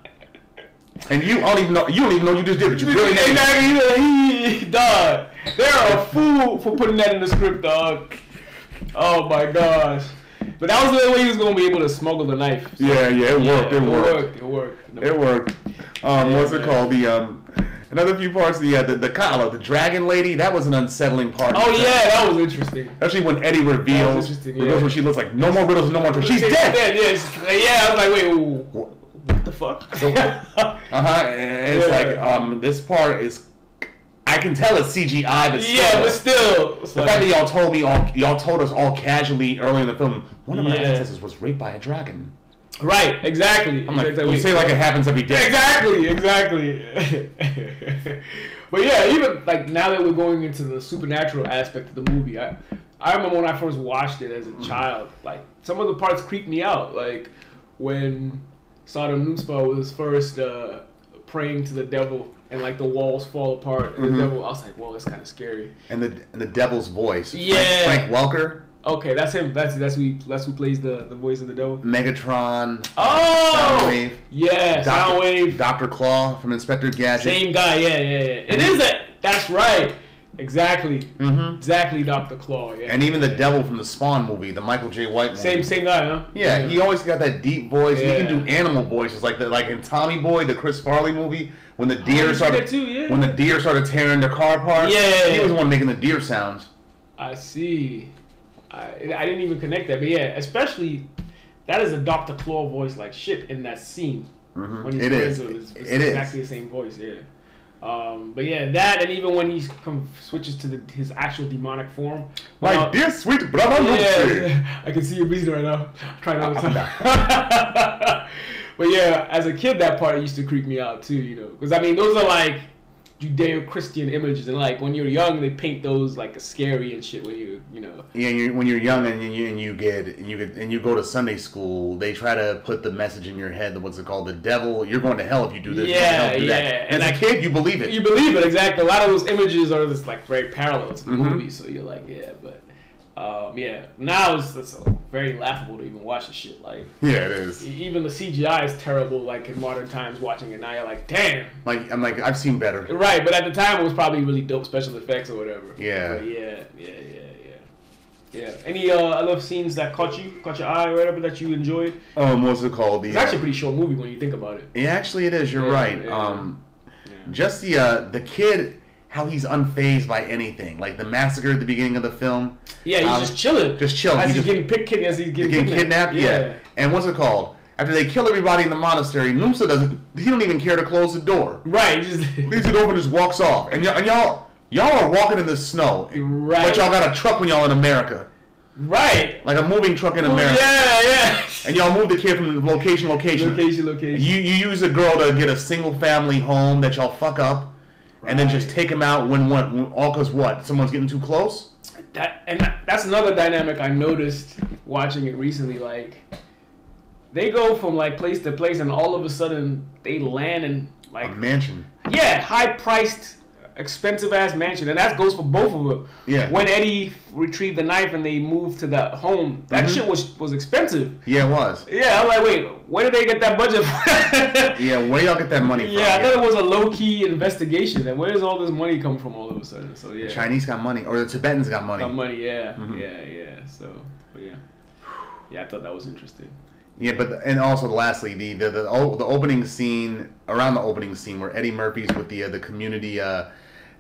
S1: And you don't even know. You don't even know you just did, but you really did.
S2: exactly. He's like, he, dog. They're a fool for putting that in the script, dog. Oh my gosh. But that was the only way he was gonna be able to smuggle the knife. So,
S1: Yeah, yeah, it worked. It worked.
S2: It worked.
S1: It worked. Um, what's it
S2: man.
S1: called? The um, another few parts. The uh, the the Kala, the dragon lady. That was an unsettling part.
S2: Oh yeah, that was interesting.
S1: Especially when Eddie reveals,
S2: interesting,
S1: reveals
S2: yeah.
S1: when she looks like no more riddles, no more tricks. She's dead.
S2: Yeah, she's- yeah. I was like, wait, wh-
S1: dead.
S2: what the fuck? yeah,
S1: Uh huh. And it's
S2: Yeah.
S1: like um, this part is, I can tell it's CGI, but still,
S2: but still, it's
S1: the fact that
S2: like,
S1: y'all told me all y'all told us all casually early in the film, one of my
S2: Yeah.
S1: ancestors was raped by a dragon.
S2: Right, exactly.
S1: I'm like,
S2: exactly.
S1: you say like it happens every day.
S2: Exactly, exactly. but yeah, even like now that we're going into the supernatural aspect of the movie, I I remember when I first watched it
S1: Mm-hmm.
S2: as a child, like some of the parts creeped me out, like when Sodom Nuspa was first uh, praying to the devil and like the walls fall apart and
S1: Mm-hmm.
S2: the devil I was like, Whoa, that's kinda scary.
S1: And the and the devil's voice. Frank-
S2: Yeah.
S1: Frank, Welker,
S2: Okay, that's him. That's that's who he- that's who plays the, the voice of the devil.
S1: Megatron. uh,
S2: Oh
S1: Mm-hmm. Soundwave.
S2: Yeah, Soundwave.
S1: Doctor Claw from Inspector Gadget.
S2: Same guy, yeah, yeah, yeah. It is that. That's right. Exactly.
S1: Mm-hmm.
S2: Exactly, Dr. Claw, yeah.
S1: And even the devil from the Spawn movie, the Michael J. White movie.
S2: same same guy, huh?
S1: Yeah, he always got that deep voice. He
S2: Yeah.
S1: can do animal voices like the like in Tommy Boy, the Chris Farley movie, when the deer
S2: did
S1: started
S2: that too, yeah.
S1: when the deer started tearing the car apart.
S2: Yeah.
S1: he was the one making the deer sounds.
S2: I see. I, I didn't even connect that, but yeah, especially that is a Dr. Claw voice like shit in that scene.
S1: Mhm.
S2: When he's
S1: It is.
S2: prison, It's, it's
S1: It is.
S2: exactly the same voice, yeah. Um, but yeah, that and even when he com- switches to the, his actual demonic form.
S1: Like
S2: Now-
S1: dear sweet brother, Lucy.
S2: Yeah, I can see you breathing right now. Try not to time. but yeah, as a kid, that part used to creep me out too. You know, because I mean, those are like Judeo-Christian images, and like when you're young, they paint those like as scary and shit. When you, you know,
S1: Yeah, you, when you're young and you, and you get and you get, and you go to Sunday school, they try to put the message in your head that what's it called? The devil, you're going to hell if you do this. you're going to hell if you do
S2: Yeah,
S1: that.
S2: yeah,
S1: And
S2: and
S1: as a kid, you believe it.
S2: you believe it exactly. A lot of those images are just like very parallel to the
S1: Mhm.
S2: movie, so you're like, yeah, but. Um, yeah, now it's, it's very laughable to even watch the shit. Like, e-,
S1: yeah, it is.
S2: even the CGI is terrible. Like in modern times, watching it now, you're like, damn,
S1: Like I'm like I've seen better.
S2: Right, but at the time it was probably really dope special effects or whatever.
S1: Yeah.
S2: But yeah, yeah, yeah, yeah. Yeah. Any uh, other scenes that caught you, caught your eye or whatever that you enjoyed?
S1: Um, what's it called? The
S2: It's actually a pretty short movie when you think about it.
S1: Yeah, actually, it is. You're
S2: Yeah,
S1: right.
S2: yeah.
S1: Um, just the uh, the kid, how he's unfazed by anything, like the massacre at the beginning of the film.
S2: Yeah, he's
S1: Um,
S2: just chilling.
S1: just chilling.
S2: As
S1: He
S2: he's
S1: just-
S2: getting picked, as he's
S1: He's getting
S2: getting,
S1: kidnapped. Yeah. And what's it called? After they kill everybody in the monastery, Numsa doesn't. He don't even care to close the door.
S2: Right. he Just,
S1: Leaves it open, just walks off. And, y- and y'all, y'all are walking in the snow.
S2: Right.
S1: But y'all got a truck when y'all in America,
S2: right.
S1: like a moving truck in America.
S2: Yeah, yeah.
S1: And y'all move the kid from location, location.
S2: location, location.
S1: You you use a girl to get a single family home that y'all fuck up, and then just
S2: Right.
S1: take him out when what when, all cause what someone's getting too close.
S2: that and that, that's another dynamic I noticed watching it recently. Like they go from like place to place, and all of a sudden they land in
S1: A
S2: like
S1: mansion.
S2: yeah, high priced, expensive ass mansion, and that goes for both of them.
S1: Yeah.
S2: When Eddie retrieved the knife and they moved to the home, that
S1: Mhm.
S2: shit was was expensive.
S1: Yeah, it was.
S2: Yeah, I'm like, wait, where did they get that budget? From?
S1: Yeah, where y'all get that money from?
S2: Yeah, I thought it was a low key investigation. And where does all this money come from all of a sudden? So yeah.
S1: Chinese Mm-hmm. got money, or the Tibetans got money.
S2: Got money, yeah, yeah, yeah. So, but yeah, yeah. I thought that was interesting.
S1: Yeah, but the- and also lastly, the the the, o- the opening scene around the opening scene where Eddie Murphy's with the uh, the community uh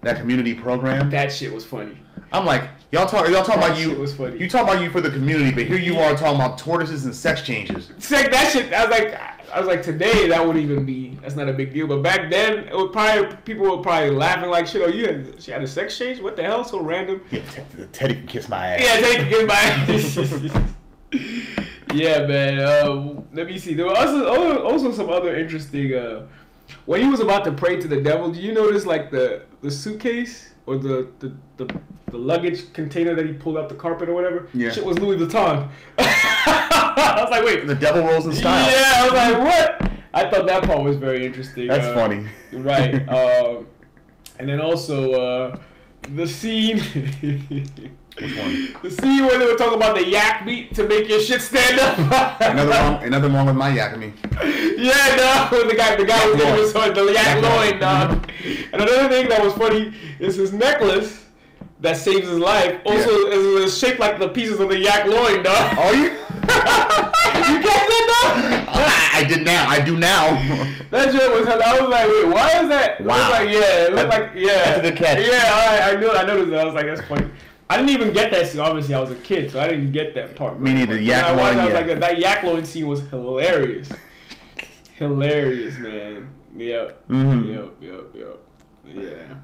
S1: that community program.
S2: That shit was funny.
S1: I'm like, y'all talk y'all talk about
S2: That
S1: you.
S2: shit was funny.
S1: You talk about you for the community, but here you are talking about tortoises and sex changes.
S2: It's like that shit. I was like, I was like, today that wouldn't even be. That's not a big deal. But back then, it would probably people were probably laughing like, shit. Oh, you had, she had a sex change? What the hell? So random.
S1: Yeah, Ted- Teddy can kiss my ass.
S2: Yeah, thank you. Goodbye. yeah, man. Um, let me see. There were also oh, also some other interesting. Uh, when he was about to pray to the devil, do you notice like the the suitcase or the the, the, the luggage container that he pulled out the carpet or whatever?
S1: Yeah.
S2: Shit was Louis Vuitton. I was like, wait.
S1: The devil rolls in style.
S2: Yeah, I was like, what? I thought that part was very interesting.
S1: That's
S2: Uh,
S1: funny.
S2: Right. Um, and then also uh, the scene.
S1: one?
S2: The scene where they were talking about the yak meat to make your shit stand up.
S1: another wrong, another wrong with my yakami.
S2: Yeah, no, the guy, the guy was
S1: Loin.
S2: was on the
S1: Yak
S2: yak loin,
S1: loin.
S2: dog. And another thing that was funny is his necklace that saves his life. Also, is is shaped like the pieces of the yak loin, dog.
S1: Are you? Oh,
S2: you get that, dog?
S1: I did now. I do now.
S2: That joke was hella. I was like, wait, why is that? It was
S1: Wow.
S2: like, yeah, it looked
S1: That-
S2: like, yeah.
S1: that's a good catch.
S2: Yeah, I, I knew, I noticed that. I was like, that's funny. I didn't even get that scene. Obviously, I was a kid, so I didn't get that part.
S1: Me neither.
S2: When
S1: Yak
S2: I watched,
S1: loin,
S2: I was
S1: yeah.
S2: like, that yak loin scene was hilarious. hilarious, man. Yep.
S1: Mhm.
S2: Yep. Yep. Yep.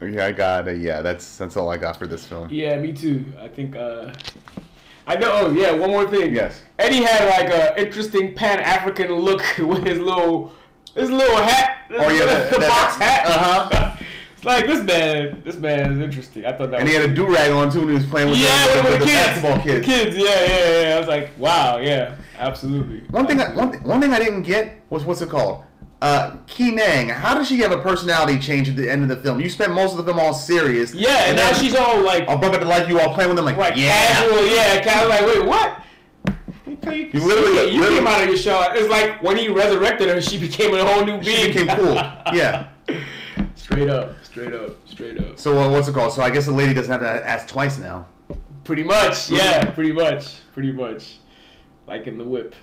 S2: Yeah.
S1: yeah, I got it. Yeah, that's that's all I got for this film.
S2: Yeah, me too. I think uh, I know. Oh yeah, one more thing.
S1: Yes.
S2: Eddie had like a interesting Pan African look with his little his little hat.
S1: Oh, yeah, that-
S2: the
S1: that-
S2: box hat.
S1: uh-huh.
S2: it's like this man. This man is interesting. I thought that.
S1: And
S2: was,
S1: he had a do rag on too, and he was playing with
S2: yeah,
S1: the,
S2: with
S1: with
S2: the
S1: the
S2: kids.
S1: basketball
S2: The
S1: kids.
S2: kids. Yeah, yeah, yeah. I was like, wow. Yeah, absolutely.
S1: One thing, I, one, thi- one thing I didn't get was what's it called? Uh, Keenang. How does she have a personality change at the end of the film? You spent most of the film all serious.
S2: yeah, and now
S1: then
S2: she's all like,
S1: I'll bump it to like you all playing with them like,
S2: like
S1: yeah.
S2: casual. Yeah, kind of like, wait, what? You came-
S1: You literally-
S2: you
S1: literally-
S2: came out of your shell. It's like when he resurrected her, she became a whole new being.
S1: She became cool. Yeah.
S2: Straight up, straight up, straight up.
S1: So uh, what's it called? So I guess the lady doesn't have to ask twice now.
S2: Pretty much, yeah, pretty much, pretty much. Like in the whip.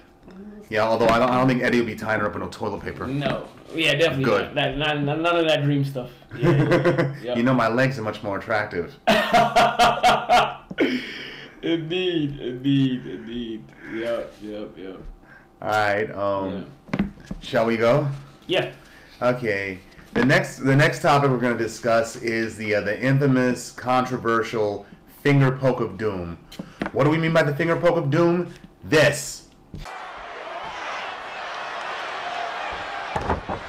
S1: Yeah, although I don't, I don't think Eddie will be tying her up in no toilet paper.
S2: No, yeah, definitely
S1: Good.
S2: not. That, not, not- None of that dream stuff. Yep.
S1: you know my legs are much more attractive.
S2: Yeah. indeed, indeed, indeed. Yep, yep, yep.
S1: All right. Um, shall we go?
S2: Yeah.
S1: Okay. The next the next topic we're going to discuss is the uh, the infamous controversial finger poke of doom. What do we mean by the finger poke of doom? This.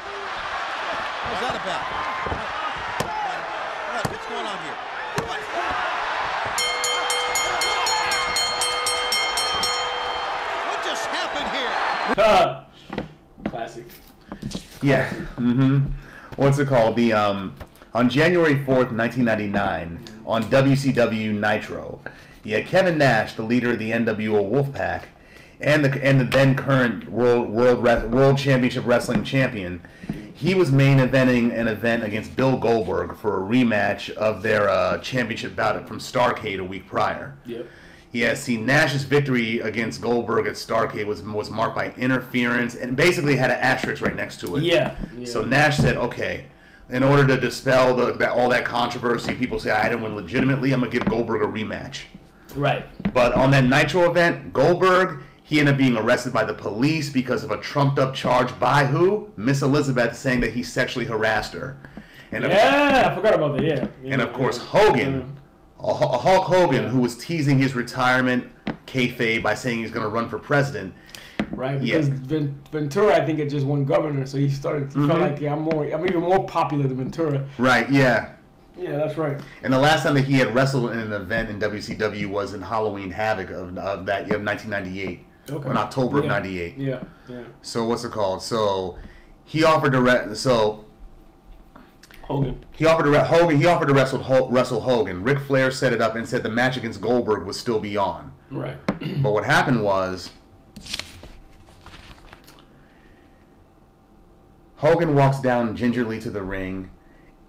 S4: What's that about? What? What's going on here? What? What just happened here?
S2: Ah. Classic.
S1: Yeah. Mm-hmm. What's it called? The um, on January fourth, nineteen ninety nine, on WCW Nitro, yeah, Kevin Nash, the leader of the NWO Wolfpack, and the and the then current world world Wrest- world championship wrestling champion, he was main eventing an event against Bill Goldberg for a rematch of their uh, championship bout from Starcade a week prior.
S2: Yep.
S1: Yeah, see, Nash's victory against Goldberg at Starcade was was marked by interference and basically had an asterisk right next to it.
S2: Yeah, yeah.
S1: So Nash said, okay, in order to dispel the, that, all that controversy, people say I didn't win legitimately. I'm gonna give Goldberg a rematch.
S2: Right.
S1: But on that Nitro event, Goldberg he ended up being arrested by the police because of a trumped up charge by who? Miss Elizabeth saying that he sexually harassed her. And of-
S2: Yeah, I forgot about that. Yeah.
S1: and of course, Hogan, uh, Hu- Hulk Hogan, who was teasing his retirement kayfabe by saying he's going to run for president.
S2: Right,
S1: Yeah.
S2: because Ven- Ventura, I think, had just won governor, so he started he felt like yeah, I'm more, I'm even more popular than Ventura.
S1: Right, yeah.
S2: Yeah, that's right.
S1: And the last time that he had wrestled in an event in WCW was in Halloween Havoc of, of that year of 1998,
S2: Okay.
S1: in October of
S2: Yeah.
S1: '98.
S2: Yeah, yeah.
S1: So what's it called? So he offered to re- so
S2: Hogan.
S1: He offered to re- Hogan. He offered to wrestle Ho- wrestle Hogan. Ric Flair set it up and said the match against Goldberg was still be on.
S2: Right.
S1: But what happened was Hogan walks down gingerly to the ring,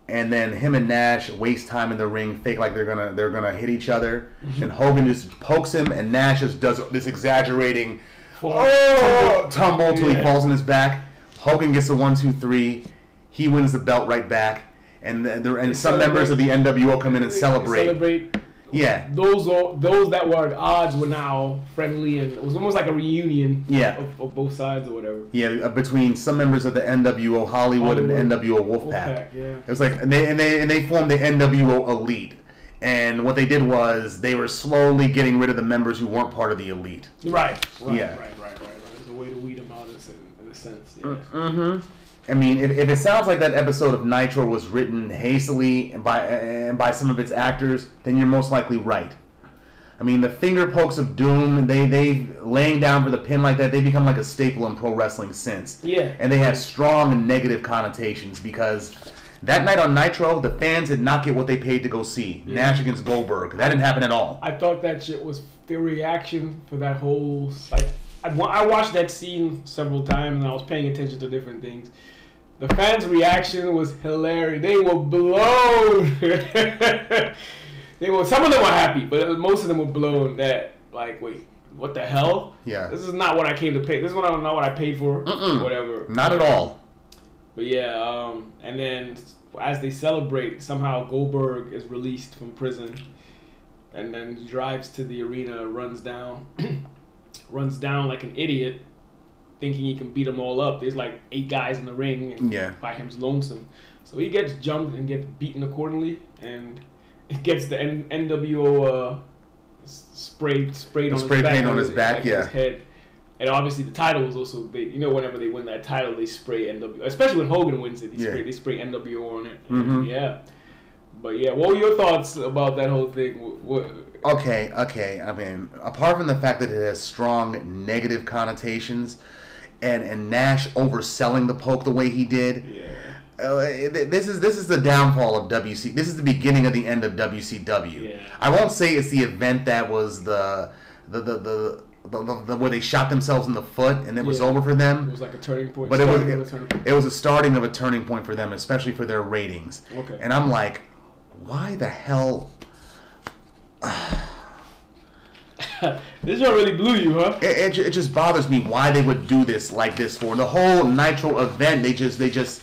S1: and then him and Nash waste time in the ring, fake like they're gonna they're gonna hit each other. And Hogan just pokes him, and Nash just does this exaggerating oh, tumble till he
S2: Yeah.
S1: falls on his back. Hogan gets the one two three. He wins the belt right back, and the, the, and some members of the NWO come in and celebrate.
S2: Celebrate.
S1: Yeah,
S2: Those all, those that were at odds were now friendly, and it was almost like a reunion.
S1: Yeah.
S2: Of, of both sides or whatever.
S1: Yeah, uh, between some members of the NWO Hollywood and the NWO Wolfpack.
S2: Wolfpack, yeah.
S1: It was like, and they, and they and they formed the NWO Elite. And what they did was they were slowly getting rid of the members who weren't part of the elite.
S2: Right. Right.
S1: Yeah.
S2: Right. Right. Right. Right. It's a way to weed them out in, a sen- in a sense. Yeah.
S1: I mean, if, if it sounds like that episode of Nitro was written hastily and by and by some of its actors, then you're most likely right. I mean, the finger pokes of doom, they they laying down for the pin like that, they become like a staple in pro wrestling since.
S2: Yeah.
S1: And they have strong and negative connotations because that night on Nitro, the fans did not get what they paid to go see. Nash against Goldberg. That didn't happen at all.
S2: I thought that shit was their reaction for that whole like. I, wa- I watched that scene several times and I was paying attention to different things. The fans' reaction was hilarious. They were blown. they were. Some of them were happy, but most of them were blown. That like, wait, what the hell?
S1: Yeah.
S2: This is not what I came to pay. This is what I, not what I paid for. Whatever.
S1: Not at all.
S2: But yeah, um, and then as they celebrate, somehow Goldberg is released from prison, and then drives to the arena, runs down, runs down like an idiot, thinking he can beat them all up. There's like eight guys in the ring, and
S1: Yeah.
S2: by him's lonesome, so he gets jumped and gets beaten accordingly, and it gets the N- NWO uh, s- sprayed sprayed
S1: The
S2: on
S1: spray
S2: his back,
S1: paint on his back,
S2: like,
S1: yeah.
S2: his head. And obviously the title was also big. You know, whenever they win that title, they spray NW. Especially when Hogan wins it, they
S1: Yeah.
S2: spray they spray NWO on it.
S1: Mhm.
S2: Yeah. But yeah, what were your thoughts about that whole thing? What,
S1: Okay, okay. I mean, apart from the fact that it has strong negative connotations, and and Nash overselling the poke the way he did,
S2: yeah.
S1: uh, th- this is this is the downfall of WC. This is the beginning of the end of WCW.
S2: Yeah.
S1: I won't say it's the event that was the the the. the the, the, the, where they shot themselves in the foot and it was
S2: Yeah.
S1: over for
S2: It
S1: them,
S2: was like a turning point.
S1: but it was
S2: starting of a turning point.
S1: it, was a starting of a turning point for them, especially for their ratings.
S2: Okay.
S1: And I'm like, why the hell
S2: this one really blew you, huh?
S1: it, it, ju- it just bothers me why they would do this like this for the whole nitro event they just they just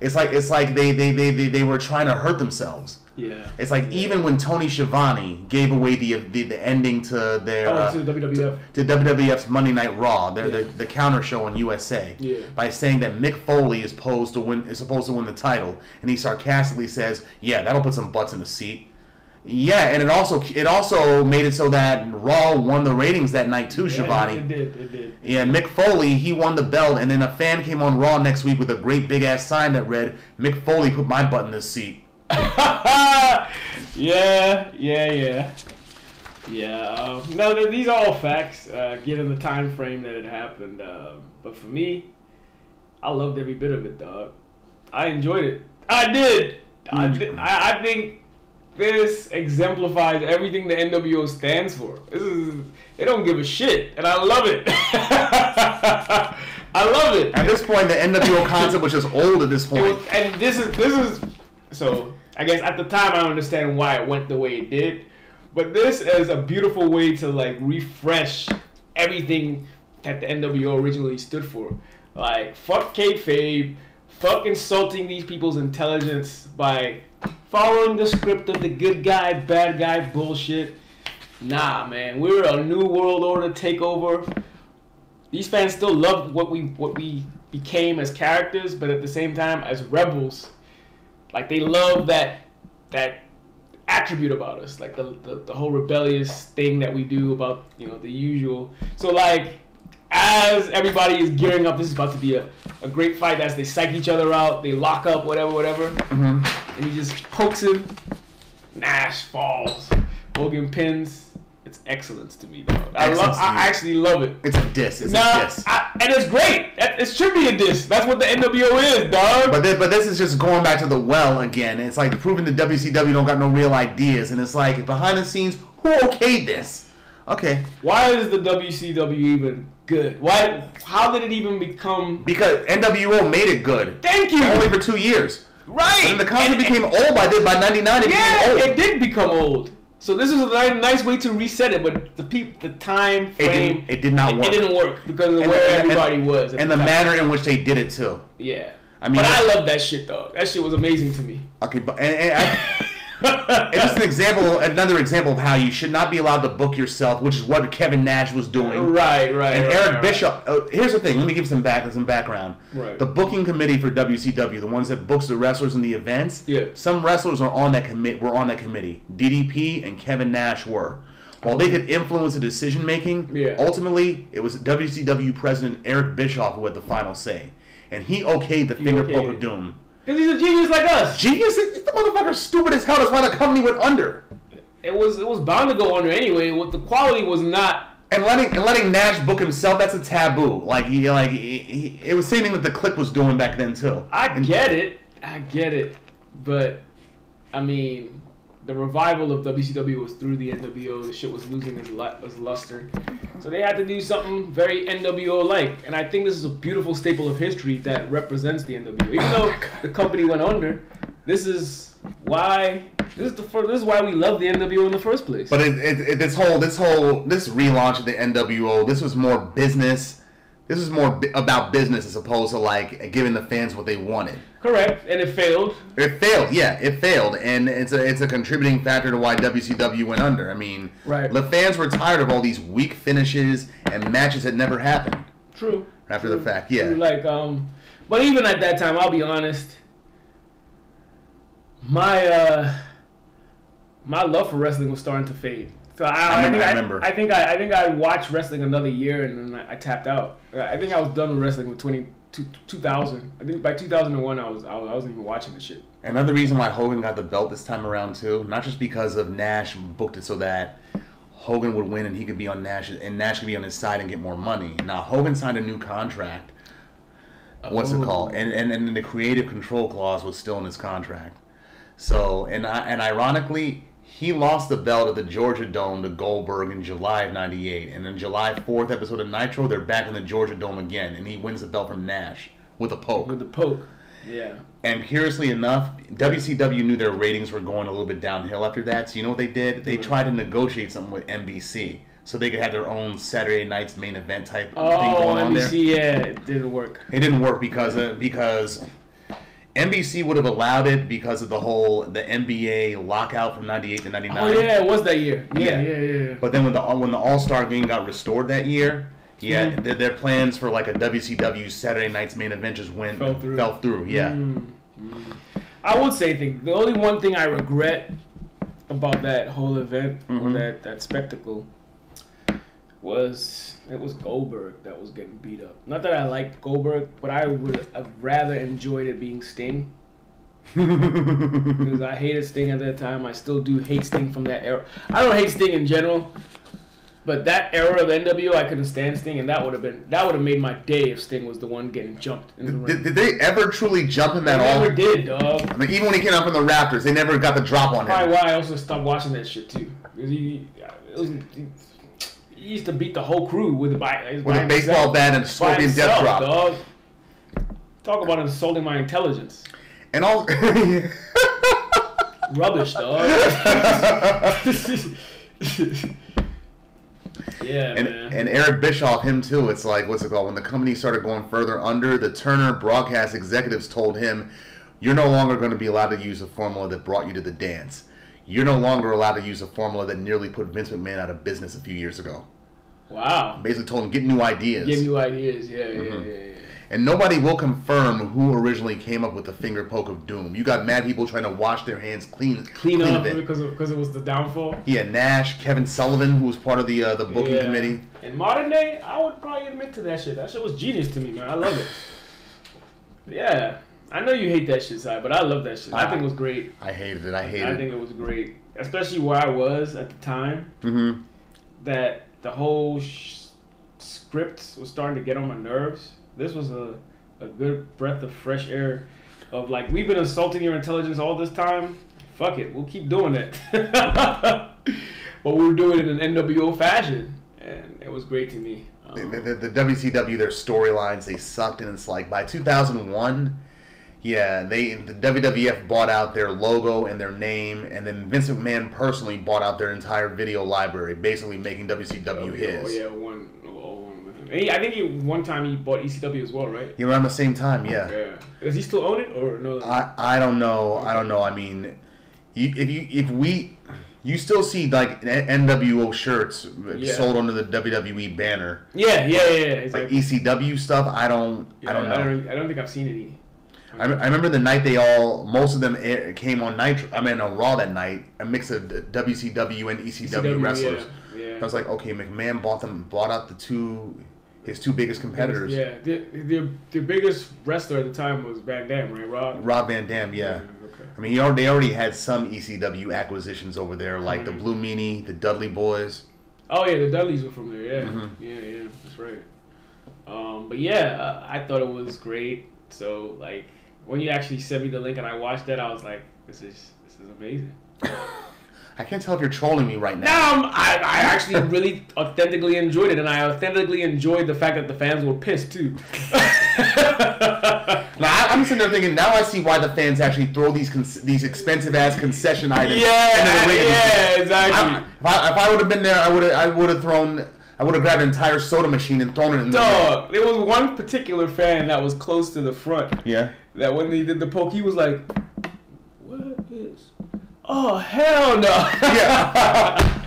S1: it's like it's like they they they, they, they were trying to hurt themselves
S2: Yeah.
S1: it's like even when tony Schiavone gave away the the, the ending to their
S2: Oh,
S1: uh,
S2: to WWF.
S1: to WWF's Monday Night Raw, their the, the counter show on USA,
S2: Yeah.
S1: by saying that Mick Foley is posed to win is supposed to win the title, and he sarcastically says, "Yeah, that'll put some butts in the seat." Yeah, and it also it also made it so that Raw won the ratings that night too, Shivani.
S2: It did. It did.
S1: Yeah, Mick Foley, he won the belt, and then a fan came on Raw next week with a great big ass sign that read, Mick Foley put my butt in the seat.
S2: yeah, yeah, yeah, yeah. Um, no, th- these are all facts. Uh, given the time frame that it happened, Um but for me, I loved every bit of it, dog. I enjoyed it. I did. I, thi- I, I think this exemplifies everything the NWO stands for. This is they don't give a shit, and I love it. I love it.
S1: At this point, the NWO concept was just old at this
S2: It
S1: point.
S2: was, and this is this is so. I guess at the time I don't understand why it went the way it did, but this is a beautiful way to like refresh everything that the NWO originally stood for. Like fuck kayfabe, fuck insulting these people's intelligence by following the script of the good guy bad guy bullshit. Nah, man, we're a new world order takeover these fans still love what we what we became as characters, but at the same time as rebels, like they love that that attribute about us, like the, the, the whole rebellious thing that we do about you know the usual. So like as everybody is gearing up, this is about to be a, a great fight. As they psych each other out, they lock up, whatever, whatever,
S1: Mm-hmm.
S2: and he just pokes him. Nash falls. Hogan pins. It's excellence to me, dog. I love.
S1: Excellence to you.
S2: I actually love it.
S1: It's a diss. It's
S2: Nah,
S1: a diss.
S2: I, and it's great. That, it should be a diss. That's what the NWO is, dog.
S1: But this, but this is just going back to the well again. It's like proving the WCW don't got no real ideas, and it's like behind the scenes, who okayed this? Okay,
S2: Why is the WCW even good? Why? How did it even become?
S1: because NWO made it good.
S2: Thank you.
S1: Only for two years.
S2: right.
S1: And the concept
S2: And-
S1: became old by then. By '99, it
S2: Yeah,
S1: became old.
S2: it did become old. So this is a ni- nice way to reset it, but the peop, the time
S1: It
S2: frame,
S1: didn't- it did not work.
S2: It didn't work because of
S1: And
S2: where
S1: the- and-
S2: everybody was. at
S1: and the
S2: time.
S1: manner in which they did it too.
S2: Yeah.
S1: I mean,
S2: but
S1: it-
S2: I love that shit, dog. That shit was amazing to me.
S1: Okay, but and, and I, it's just an example, another example of how you should not be allowed to book yourself, which is what Kevin Nash was doing.
S2: Right, right.
S1: And
S2: right,
S1: Eric
S2: right.
S1: Bischoff. Uh, here's the thing. Let me give some back some background.
S2: Right.
S1: The booking committee for WCW, the ones that books the wrestlers and the events.
S2: Yeah.
S1: Some wrestlers are on that commit. Were on that committee. DDP and Kevin Nash were. While they could influence the decision making,
S2: Yeah.
S1: ultimately it was WCW president Eric Bischoff who had the final say, and he okayed the finger
S2: okayed
S1: poke
S2: it.
S1: of doom.
S2: 'Cause he's a genius like us.
S1: Genius, is- the motherfucker's stupid as hell. That's why the company went under.
S2: It was it was bound to go under anyway. What the quality was not
S1: And letting and letting Nash book himself, that's a taboo. Like he like he, he, it was something that the click was doing back then too.
S2: I get it. I get it. But, I mean, the revival of WCW was through the NWO. The shit was losing its, lu- its luster. So they had to do something very NWO like. And I think this is a beautiful staple of history that represents the NWO. Even though the company went under, this is why. This is the first, This is why we love the NWO in the first place.
S1: But it, it, it, this whole this whole this relaunch of the NWO, this was more business. This was more bi- about business as opposed to like giving the fans what they wanted.
S2: correct, and it failed.
S1: It failed, yeah, it failed, and it's a it's a contributing factor to why WCW went under. I mean,
S2: Right.
S1: the fans were tired of all these weak finishes and matches that never happened.
S2: True.
S1: After
S2: True.
S1: the fact, yeah.
S2: True, Like um, but even at that time, I'll be honest. My uh, my love for wrestling was starting to fade. So I, I,
S1: remember-
S2: think
S1: I
S2: I,
S1: remember.
S2: I think I, I think I watched wrestling another year and then I, I tapped out. Uh, I I think I was done with wrestling with 20, two- 2000. I think by 2001 I was I, was, I wasn't even watching the shit.
S1: Another reason why Hogan got the belt this time around too, not just because of Nash booked it so that Hogan would win and he could be on Nash and Nash could be on his side and get more money. Now Hogan signed a new contract. What's it called? And, and and the creative control clause was still in his contract. So and I, and ironically, he lost the belt at the Georgia Dome to Goldberg in July of '98, and in July 4th episode of Nitro, they're back in the Georgia Dome again, and he wins the belt from Nash with a poke.
S2: With the poke. Yeah.
S1: And curiously enough, WCW knew their ratings were going a little bit downhill after that. So you know what they did?
S2: Mm-hmm.
S1: They tried to negotiate something with NBC so they could have their own Saturday night's main event type thing
S2: Oh,
S1: going on there.
S2: NBC. Yeah, it didn't work.
S1: It didn't work because uh, because NBC would have allowed it because of the whole the NBA lockout from '98 to '99.
S2: Oh yeah, it was that year. Yeah,
S1: Yeah.
S2: yeah, yeah. yeah.
S1: But then when the when the All Star game got restored that year, yeah,
S2: Mm-hmm.
S1: their, their plans for like a WCW Saturday night's main event just went
S2: Fell through. Mm.
S1: Fell through. Yeah.
S2: I would say thing. The only one thing I regret about that whole event,
S1: Mm-hmm.
S2: or that that spectacle, was it was Goldberg that was getting beat up. Not that I liked Goldberg, but I would have rather enjoyed it being Sting. because I hated Sting at that time. I still do hate Sting from that era. I don't hate Sting in general, but that era of NWO, I couldn't stand Sting, and that would have been that would have made my day if Sting was the one getting jumped in the ring.
S1: Did, did they ever truly jump him at
S2: I
S1: all?
S2: never did, dog.
S1: I mean, even when he came up from the Raptors, they never got the drop on him.
S2: probably why I also stopped watching that shit too. 'Cause he, it was, he, he used to beat the whole crew with by,
S1: With a baseball bat and a scorpion death drop.
S2: Dog. Talk about insulting my intelligence.
S1: And all.
S2: Rubbish, dog. yeah,
S1: and,
S2: man.
S1: and Eric Bischoff, him too. It's like, what's it called? When the company started going further under, the Turner broadcast executives told him, You're no longer going to be allowed to use the formula that brought you to the dance. You're no longer allowed to use a formula that nearly put Vince McMahon out of business a few years ago.
S2: wow.
S1: Basically told him, Get new ideas.
S2: Give you ideas. Yeah, yeah,
S1: Mm-hmm.
S2: yeah, yeah.
S1: And nobody will confirm who originally came up with the finger poke of doom. You got mad people trying to wash their hands clean,
S2: Clean up
S1: of it.
S2: because of, because it was the downfall.
S1: Yeah, Nash, Kevin Sullivan, who was part of the uh, the booking
S2: Yeah.
S1: committee.
S2: In modern day, I would probably admit to that shit. That shit was genius to me, man. I love it. yeah. I know you hate that shit, side, but I love that shit. I think it was great.
S1: I hated it. I hated
S2: I
S1: it.
S2: think it was great, especially where I was at the time.
S1: Mhm.
S2: That the whole sh- script was starting to get on my nerves. This was a, a good breath of fresh air. Of like, we've been insulting your intelligence all this time. Fuck it, we'll keep doing it. but we were doing it in NWO fashion, and it was great to me. Um,
S1: the, the, the WCW, their storylines, they sucked, and it's like by 2001, yeah, they the WWF bought out their logo and their name, and then Vince McMahon personally bought out their entire video library, basically making WCW his.
S2: Oh yeah, one, oh, one with him. And he, I think he one time he bought ECW as well, right?
S1: You know, around the same time, yeah.
S2: Yeah. Does he still own it or no?
S1: Uh, I, I don't know. I don't know. I mean, you, if you if we you still see like N- NWO shirts
S2: Yeah.
S1: sold under the WWE banner,
S2: yeah, yeah, yeah. yeah. It's
S1: like
S2: like-
S1: ECW stuff. I don't. I don't
S2: Yeah,
S1: know. E I,
S2: I don't, I don't think I've seen any.
S1: rem- I remember the night they all most of them air, came on Nitro. I mean on Raw that night, a mix of WCW and ECW,
S2: CW,
S1: wrestlers.
S2: E Yeah. yeah.
S1: I was like, okay, McMahon bought them, bought out the two his two biggest competitors.
S2: Yeah, the, the, the biggest wrestler at the time was Van Dam, right, Rob?
S1: Rob Van Dam, yeah.
S2: Okay.
S1: I mean, he already, they already had some ECW acquisitions over there, like
S2: Mm-hmm.
S1: the Blue Meanie, the Dudley Boys.
S2: Oh yeah, the Dudleys were from there. Yeah,
S1: Mm-hmm.
S2: yeah, yeah. That's right. Um, but yeah, I, I thought it was great. So like, when you actually sent me the link and I watched that, I was like, this is this is amazing.
S1: I can't tell if you're trolling me right now.
S2: Now I'm, I, I actually really authentically enjoyed it, and I authentically enjoyed the fact that the fans were pissed too.
S1: Now, I, I'm sitting there thinking, now I see why the fans actually throw these cons- these expensive ass concession items.
S2: Yeah,
S1: into the ring.
S2: yeah,
S1: I,
S2: exactly.
S1: if I, if I would have been there, I would have I would have thrown I would have grabbed an entire soda machine and thrown it in the ring.
S2: Dog, there was one particular fan that was close to the front.
S1: Yeah.
S2: That when they did the poke, he was like, "What is? Oh hell no!"
S1: Yeah.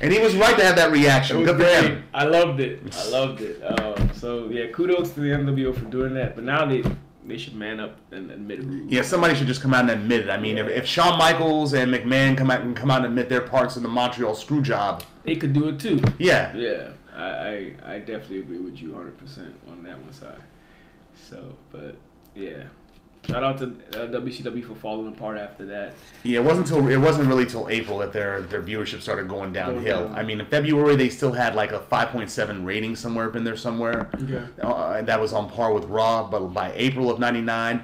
S1: and he was right to have that reaction. Good for him.
S2: I loved it. I loved it. Um, so yeah, kudos to the NWO for doing that. But now they They should man up and admit it.
S1: Yeah, somebody should just come out and admit it. I mean, if, if Shawn Michaels and McMahon come out and come out and admit their parts in the Montreal screw job,
S2: They could do it too.
S1: yeah,
S2: Yeah, I, I, I definitely agree with you 100% on that one side. So, but yeah. Shout out to uh, WCW for falling apart after that.
S1: yeah. It wasn't until it wasn't really till April that their their viewership started going downhill. I mean, in February they still had like a 5.7 rating somewhere up in there somewhere.
S2: Yeah.
S1: Uh, and that was on par with Raw, but by April of '99,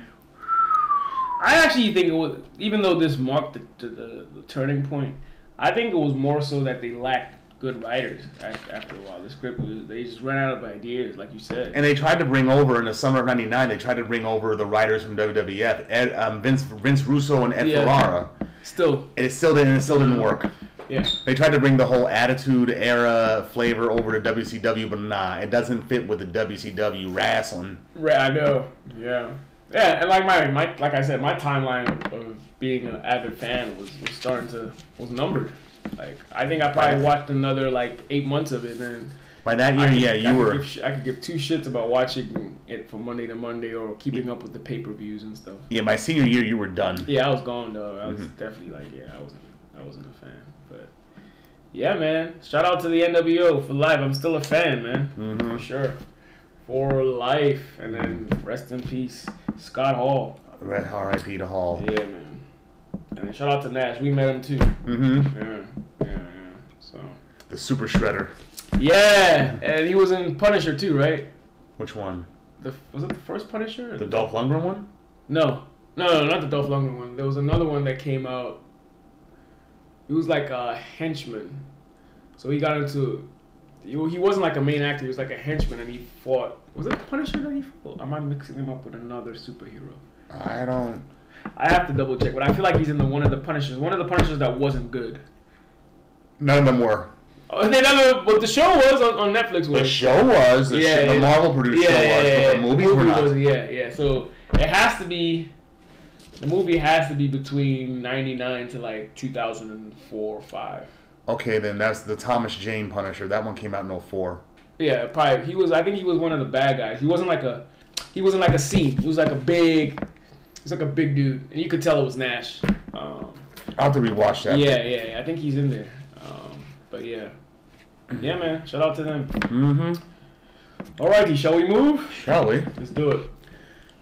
S2: I actually think it was, even though this marked the, the, the, the turning point, I think it was more so that they lacked good writers after, after a while. The script was, they just ran out of ideas, like you said.
S1: and they tried to bring over in the summer of '99. They tried to bring over the writers from WWF, Ed, um, Vince Vince Russo and Ed
S2: Yeah.
S1: Ferrara,
S2: Still,
S1: and it still didn't it still didn't work.
S2: yeah.
S1: They tried to bring the whole attitude era flavor over to WCW, but nah, it doesn't fit with the WCW wrestling.
S2: Right, I know. Yeah. Yeah, and like my, my like I said, my timeline of being an avid fan was, was starting to was numbered. Like I think I probably watched another like eight months of it, and
S1: By that year,
S2: I could-
S1: yeah,
S2: I
S1: you
S2: could
S1: were.
S2: Give, sh- I could give two shits about watching it from Monday to Monday or keeping up with the pay per views and stuff.
S1: Yeah, my senior year, you were done.
S2: Yeah, I was gone though. I was definitely like, yeah, I wasn't, I wasn't a fan. But yeah, man, shout out to the NWO for life. I'm still a fan, man, for sure, for life. And then rest in peace, Scott Hall.
S1: Red R.I.P. to Hall.
S2: Yeah, man. And then shout out to Nash. We met him too.
S1: Mm-hmm.
S2: Yeah, yeah, yeah. So
S1: The Super Shredder.
S2: yeah, and he was in Punisher too, right?
S1: Which one?
S2: The was it the first Punisher?
S1: The Dolph Lundgren one?
S2: No, no, no, not the Dolph Lundgren one. There was another one that came out. He was like a henchman, so he got into. He he wasn't like a main actor. He was like a henchman, and he fought. Was it Punisher that he fought? Am I mixing him up with another superhero?
S1: I don't.
S2: I have to double check, but I feel like he's in the one of the Punishers. One of the Punishers that wasn't good.
S1: None of them were.
S2: Oh, they never. But the show was on, on Netflix.
S1: The
S2: Was
S1: show was. The,
S2: Yeah,
S1: sh- the
S2: yeah.
S1: Marvel produced show was, but the movies were not.
S2: was- yeah, yeah. So it has to be. The movie has to be between ninety nine to like two thousand and four or five.
S1: Okay, then that's the Thomas Jane Punisher. That one came out in 04.
S2: Yeah, probably. He was. I think he was one of the bad guys. He wasn't like a. He wasn't like a C. He was like a big. He was like a big dude, and you could tell it was Nash. Um,
S1: I'll have to rewatch that.
S2: yeah, yeah, yeah. I think he's in there. Um, but yeah, yeah, man. Shout out to them.
S1: Mm-hmm.
S2: Alrighty, shall we move?
S1: Shall we?
S2: Let's do it.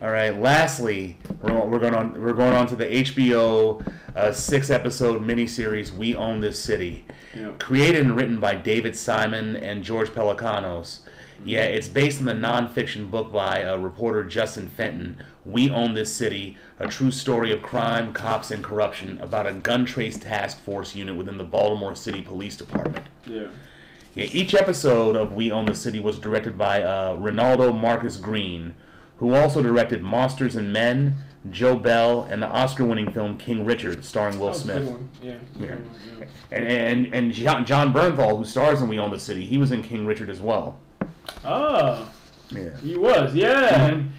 S1: All right. Lastly, we're, we're going on. We're going on to the HBO uh, six-episode miniseries "We Own This City,"
S2: Yeah.
S1: created and written by David Simon and George Pelicanos. Yeah, it's based on the nonfiction book by uh, reporter Justin Fenton. We Own This City: A True Story of Crime, Cops, and Corruption about a gun trace task force unit within the Baltimore City Police Department.
S2: Yeah.
S1: Yeah, each episode of We Own the City was directed by uh, Ronaldo Marcus Green, who also directed Monsters and Men, Joe Bell, and the Oscar-winning film King Richard, starring Will
S2: That was a good
S1: Smith.
S2: one. Yeah.
S1: Yeah.
S2: yeah.
S1: And and and John, John Bernthal, who stars in We Own the City, he was in King Richard as well.
S2: Oh,
S1: Yeah.
S2: he was, yeah.
S1: Mm-hmm.
S2: And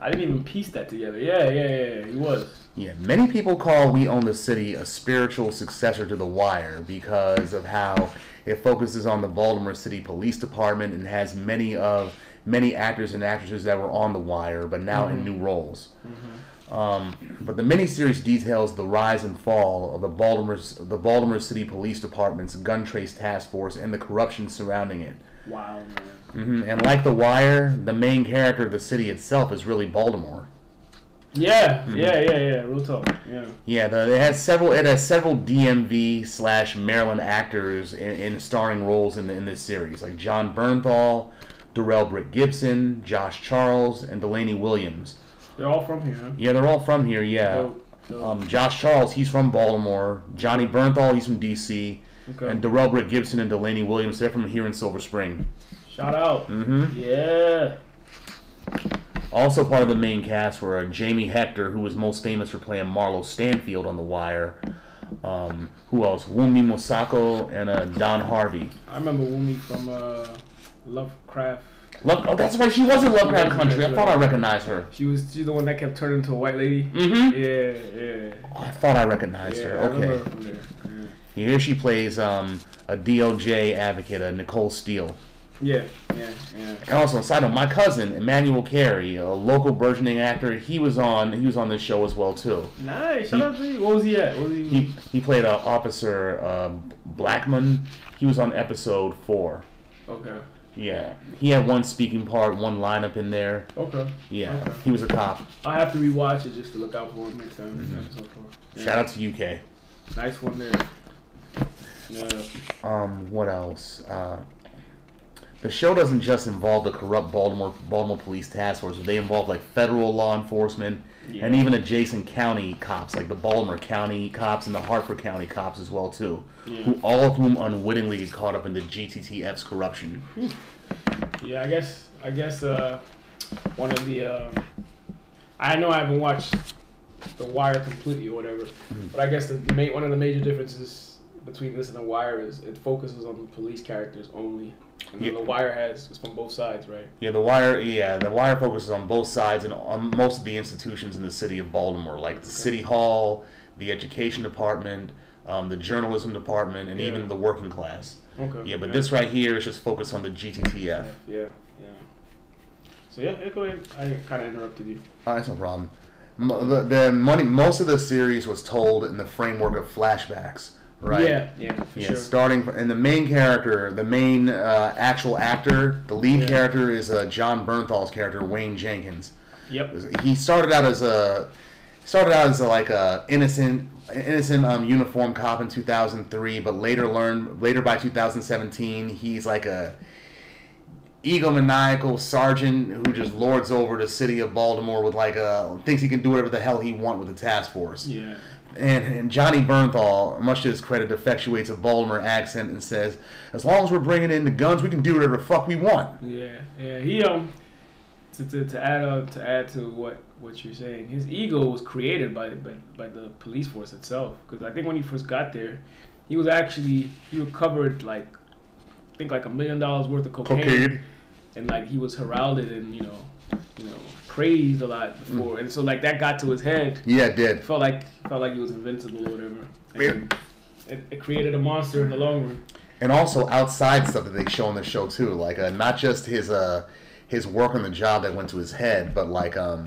S2: I didn't even piece that together. Yeah, yeah, yeah, yeah, he was.
S1: Yeah, many people call We Own the City a spiritual successor to The Wire because of how it focuses on the Baltimore City Police Department and has many of many actors and actresses that were on The Wire but now in new roles. Um, but the miniseries details the rise and fall of the Baltimore the Baltimore City Police Department's gun trace task force and the corruption surrounding it.
S2: Wow, man.
S1: hmm And like The Wire, the main character of the city itself is really Baltimore.
S2: Yeah,
S1: Mm-hmm.
S2: yeah, yeah, yeah. Real talk. Yeah.
S1: Yeah, the, it has several. It has several DMV slash Maryland actors in, in starring roles in, the, in this series, like John Bernthal, Darrell Britt Gibson, Josh Charles, and Delaney Williams.
S2: They're all from here. Huh?
S1: Yeah, they're all from here. Yeah,
S2: Dope, dope.
S1: um, Josh Charles, he's from Baltimore. Johnny Bernthal, he's from DC,
S2: Okay.
S1: and Darrell Britt Gibson and Delaney Williams, they're from here in Silver Spring.
S2: Shout out. Mm-hmm. Yeah.
S1: Also part of the main cast were uh, Jamie Hector, who was most famous for playing Marlo Stanfield on The Wire. Um, who else? Wumi Mosako and uh, Don Harvey.
S2: I remember Wumi from uh, Lovecraft.
S1: Love- oh, that's right. She was in Lovecraft Country. I thought I recognized her.
S2: She was she's the one that kept turning into a white lady.
S1: Mm-hmm.
S2: Yeah, yeah.
S1: I thought I recognized
S2: Yeah,
S1: her.
S2: I remember her
S1: Okay.
S2: from there. Yeah.
S1: Here she plays um, a DOJ advocate, uh, Nicole Steele.
S2: Yeah, yeah, yeah.
S1: And also, side note, my cousin Emmanuel Carey, a local burgeoning actor, he was on he was on this show as well too.
S2: Nice. Shout out to you. What was he at? What was he?
S1: He he played uh, Officer uh, Blackman. He was on episode four.
S2: okay.
S1: Yeah, he had one speaking part, one lineup in there.
S2: Okay.
S1: Yeah,
S2: Okay.
S1: he was a cop.
S2: I have to rewatch it just to look out for it next time. Episode four. Yeah.
S1: Shout out to UK.
S2: Nice one there. Yeah.
S1: Um, what else? Uh, the show doesn't just involve the corrupt Baltimore Baltimore Police Task Force. They involve like federal law enforcement and
S2: Yeah.
S1: even adjacent county cops, like the Baltimore County cops and the Hartford County cops as well too, who all of whom unwittingly get caught up in the GTTF's corruption.
S2: Yeah, I guess I guess uh, one of the uh, I know I haven't watched The Wire completely or whatever,
S1: Mm-hmm.
S2: but I guess the ma- one of the major differences between this and The Wire is it focuses on the police characters only. And then
S1: Yeah.
S2: The Wire has it's from both sides, right?
S1: Yeah, the wire. Yeah, the wire focuses on both sides and on most of the institutions in the city of Baltimore, like the city hall, the education department, um, the journalism department, and
S2: Yeah.
S1: even the working class.
S2: Okay.
S1: Yeah, but this right here is just focused on the GTTF.
S2: Yeah, yeah. So yeah, yeah, go ahead. I kind of interrupted you.
S1: Oh, that's no problem. Mo- The, the money, most of the series was told in the framework of flashbacks, right?
S2: Yeah, yeah, for
S1: Yeah,
S2: sure.
S1: starting fr- and the main character, the main uh, actual actor, the lead
S2: Yeah.
S1: character is uh, John Bernthal's character, Wayne Jenkins.
S2: Yep.
S1: He started out as a started out as a, like a innocent innocent um, uniform cop in 2003, but later learned later by 2017 he's like a egomaniacal sergeant who just lords over the city of Baltimore with like a thinks he can do whatever the hell he want with the task force.
S2: Yeah.
S1: And, and Johnny Bernthal, much to his credit, effectuates a Baltimore accent and says, "As long as we're bringing in the guns, we can do whatever the fuck we want."
S2: Yeah, yeah. He um to, to, to add up to add to what what you're saying, his ego was created by by, by the police force itself. Because I think when he first got there, he was actually he recovered like I think like a million dollars worth of cocaine,
S1: Cocaine.
S2: and like he was heralded and you know you know praised a lot
S1: Mm.
S2: before, and so like that got to his head.
S1: Yeah, it did.
S2: Felt like felt like he was invincible or whatever.
S1: Yeah.
S2: And it, it created a monster in the long run.
S1: and also outside stuff that they show on the show too, like uh, not just his uh his work on the job that went to his head, but like um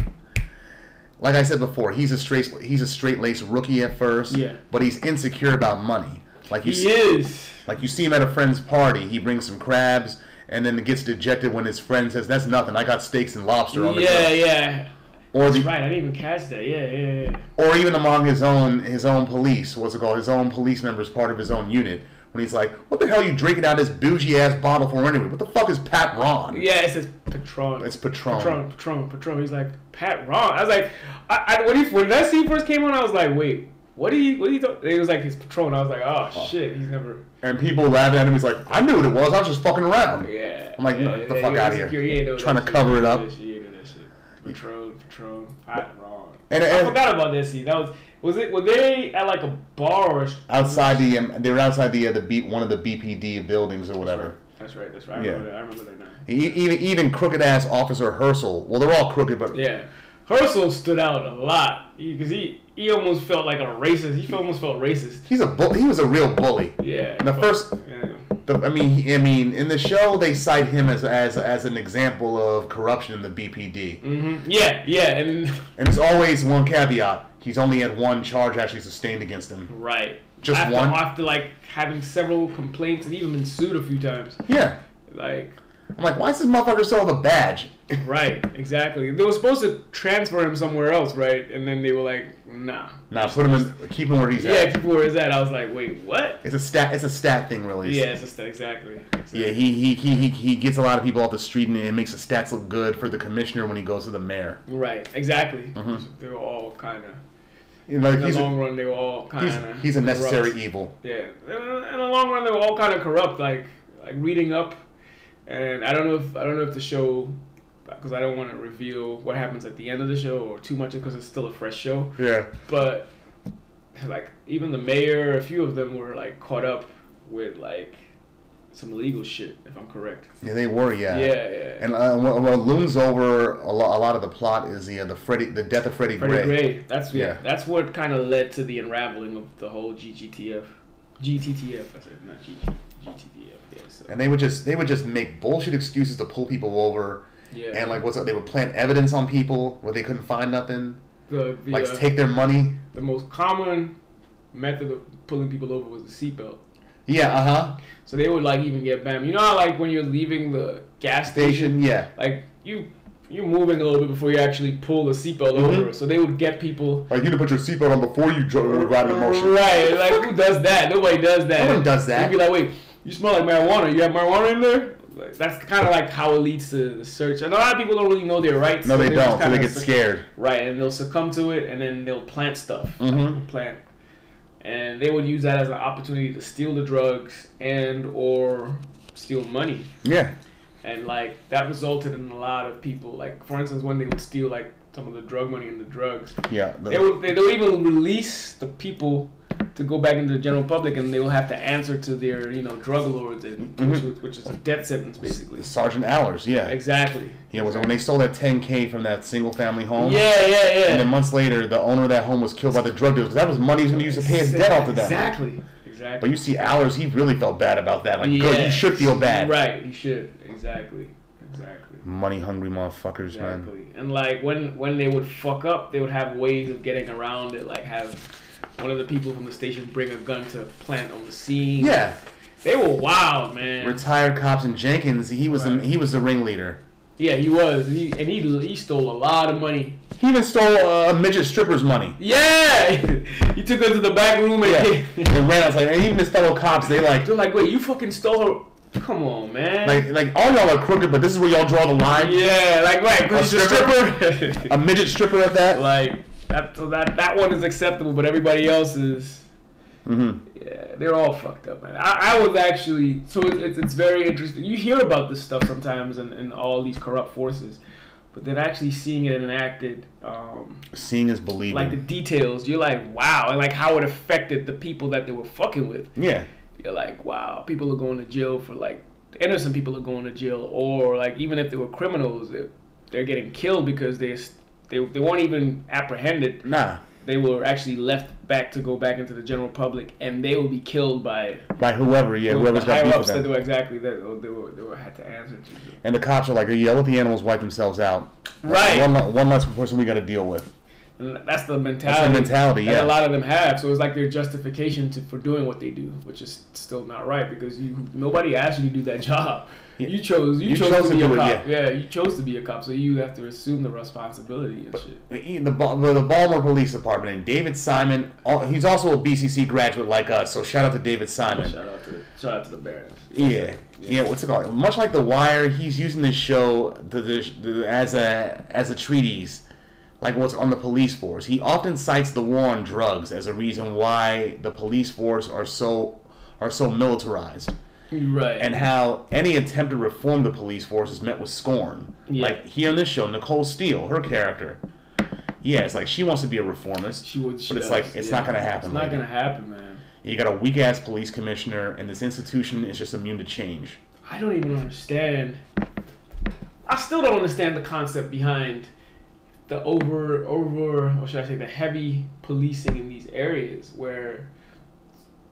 S1: like I said before, he's a straight he's a straight laced rookie at first,
S2: Yeah.
S1: but he's insecure about money. Like you
S2: He
S1: see,
S2: is.
S1: like you see him at a friend's party, he brings some crabs, and then gets dejected when his friend says, "That's nothing. I got steaks and lobster on the
S2: Yeah,
S1: grill."
S2: yeah.
S1: Or the,
S2: Right, I didn't even catch that. Yeah, yeah, yeah.
S1: or even among his own his own police, what's it called? His own police members, part of his own unit. When he's like, "What the hell are you drinking out of this bougie ass bottle for anyway? What the fuck is Pat Ron?"
S2: Yeah, it says Patron.
S1: It's Patron.
S2: Patron, Patron, Patron. He's like Pat Ron. I was like, I, I when he when that scene first came on, I was like, wait, what do you what do you? Th-? It was like his Patron. I was like, oh, shit, he's never.
S1: And people laughed at him. He's like, "I knew what it was. I was just fucking around."
S2: Yeah.
S1: I'm like,
S2: yeah,
S1: no, get the
S2: yeah,
S1: fuck
S2: he
S1: outta
S2: was-
S1: here.
S2: he ain't know
S1: Trying
S2: that
S1: to cover
S2: shit.
S1: it up.
S2: He ain't know that shit. He ain't know that shit. Patron, Patron, Pat Ron.
S1: And-
S2: I
S1: and-
S2: forgot about that scene. That was was it? Were they at like a bar? Or...
S1: Outside the, um, they were outside the uh, the B, one of the BPD buildings or whatever.
S2: That's right. That's right. I
S1: Yeah.
S2: remember that. I remember that now.
S1: E- Even even crooked ass Officer Herschel. Well, they're all crooked, but
S2: Yeah, Herschel stood out a lot because he, he almost felt like a racist. He almost felt racist.
S1: he's a bull, he was a real bully.
S2: Yeah.
S1: The
S2: but-
S1: first
S2: Yeah.
S1: The, I mean, he- I mean, in the show they cite him as as as an example of corruption in the BPD,
S2: Mhm. yeah, yeah, and
S1: and it's always one caveat: he's only had one charge actually sustained against him.
S2: right.
S1: Just
S2: after,
S1: one?
S2: After like having several complaints and even been sued a few times.
S1: Yeah,
S2: Like,
S1: I'm like, why does this motherfucker still have a badge?
S2: right, exactly. They were supposed to transfer him somewhere else, right? And then they were like, nah.
S1: nah, put him in, keep him where he's
S2: Yeah,
S1: at.
S2: people were that. I was like, wait, what?
S1: It's a stat. It's a stat thing, really.
S2: Yeah, it's just that exactly.
S1: Yeah, he, he, he, he, he gets a lot of people off the street and it makes the stats look good for the commissioner when he goes to the mayor.
S2: Right, exactly. They were all kind of.
S1: You know, Like,
S2: In
S1: Mm-hmm.
S2: the
S1: he's,
S2: long
S1: a,
S2: run, they were all kind
S1: he's,
S2: of.
S1: he's a necessary evil.
S2: Yeah, in the long run, they were all kind of corrupt. Like like reading up, and I don't know if I don't know if the show, because I don't want to reveal what happens at the end of the show or too much because it's still a fresh show.
S1: Yeah.
S2: But like even the mayor, a few of them were like caught up with like some illegal shit, if I'm correct.
S1: Yeah, they were.
S2: Yeah, yeah.
S1: And uh, what, what looms over a, lo- a lot of the plot is the uh, the Freddy, the death of Freddie,
S2: Freddie
S1: Gray.
S2: Gray. That's yeah.
S1: Yeah.
S2: That's what kind of led to the unraveling of the whole GGTF, GTTF. I said not GG. GTV up there. So.
S1: and they would just they would just make bullshit excuses to pull people over.
S2: Yeah.
S1: And like, what's up? They would plant evidence on people where they couldn't find nothing.
S2: the, the,
S1: Like,
S2: uh,
S1: take their money.
S2: the most common method of pulling people over was the seatbelt.
S1: Yeah, uh huh.
S2: So they would like even get bam. You know how like when you're leaving the gas
S1: Station.
S2: station,
S1: Yeah.
S2: like you you're moving a little bit before you actually pull the seatbelt
S1: Mm-hmm.
S2: over. So they would get people.
S1: Like, you need to put your seatbelt on before you drive ride an emotion.
S2: Right, like who does that? Nobody does that.
S1: No one does that.
S2: You'd be like, wait, you smell like marijuana. You have marijuana in there. Like, that's kind of like how it leads to the search. And a lot of people don't really know their rights.
S1: No,
S2: so
S1: they
S2: they're just
S1: don't. So they
S2: kinda
S1: get
S2: su-
S1: scared.
S2: Right, and they'll succumb to it, and then they'll plant stuff.
S1: Mhm.
S2: Plant, and they would use that as an opportunity to steal the drugs and or steal money.
S1: Yeah.
S2: And like that resulted in a lot of people. Like for instance, when they would steal like some of the drug money and the drugs,
S1: Yeah. the-
S2: they would they don't even release the people to go back into the general public, and they will have to answer to their you know drug lords, and
S1: Mm-hmm.
S2: which, was- which is a death sentence basically.
S1: Sergeant Allers. Yeah.
S2: Exactly.
S1: Yeah. Was it when they stole that 10k from that single family home?
S2: Yeah, yeah, yeah.
S1: Oh. And then months later, the owner of that home was killed by the drug dealers. 'cause That was money he was going to use to pay his debt off to them.
S2: Exactly. Exactly.
S1: But you see, Allers, he really felt bad about that. Like, good, you should feel bad.
S2: Right, you should. Exactly. Exactly.
S1: Money hungry motherfuckers, man.
S2: Exactly. And like when when they would fuck up, they would have ways of getting around it. Like have one of the people from the station bring a gun to plant on the scene.
S1: Yeah,
S2: They were wild, man.
S1: retired cops and Jenkins, he was the, he was the ringleader.
S2: yeah, he was. He, and he he stole a lot of money.
S1: He even stole uh, a midget stripper's money.
S2: Yeah, he took her to the back room
S1: Yeah,
S2: and
S1: and ran outside. And even his fellow cops, they like
S2: they're like, "Wait, you fucking stole her? Come on, man."
S1: like like all y'all are crooked, but this is where y'all draw the line.
S2: yeah, like right,
S1: A stripper, a midget stripper at that.
S2: like that so that that one is acceptable, but everybody else is.
S1: Mm-hmm.
S2: Yeah, they're all fucked up, man. I, I was actually so it, it's it's very interesting. You hear about this stuff sometimes and and all these corrupt forces, but then actually seeing it enacted, um,
S1: Seeing is
S2: like the
S1: believing.
S2: details, you're like, wow, and like how it affected the people that they were fucking with.
S1: yeah,
S2: You're like, wow, people are going to jail for like innocent people are going to jail, or like even if they were criminals, they're, they're getting killed because they they they weren't even apprehended
S1: nah.
S2: they were actually left back to go back into the general public, and they will be killed by
S1: By whoever, yeah,
S2: the
S1: whoever's got
S2: higher
S1: beef with
S2: ups that
S1: them.
S2: were exactly that or they were they were had to answer to.
S1: And the cops are like, yeah, let the animals wipe themselves out.
S2: Right.
S1: One, le- one less person we got to deal with.
S2: And that's the mentality.
S1: mentality,
S2: that
S1: yeah.
S2: a lot of them have. So it's like their justification to, for doing what they do, which is still not right because you nobody asked you to do that job. You chose you,
S1: You
S2: chose,
S1: chose
S2: to
S1: to
S2: be
S1: do
S2: a
S1: it,
S2: cop. Yeah. you chose to be a cop, so you have to assume the responsibility and shit.
S1: the, E, the, Bal- the Baltimore Police Department and David Simon. all- He's also a BCC graduate like us, so shout out to David Simon.
S2: Shout out to shout out to the Barons.
S1: Yeah, yeah. What's it called? Much like The Wire, he's using this show to, to, to, as a as a treatise, like what's on the police force. He often cites the war on drugs as a reason why the police force are so are so militarized,
S2: Right.
S1: and how any attempt to reform the police force is met with scorn.
S2: Yeah.
S1: Like here on this show, Nicole Steele, her character. Yeah, it's like she wants to be a reformist.
S2: she would. She
S1: But it's
S2: does,
S1: like it's
S2: yeah.
S1: not gonna happen.
S2: It's not
S1: lady.
S2: gonna happen, man.
S1: You got a weak ass police commissioner, and this institution is just immune to change.
S2: I don't even understand. I still don't understand the concept behind the over, over, or should I say, the heavy policing in these areas where,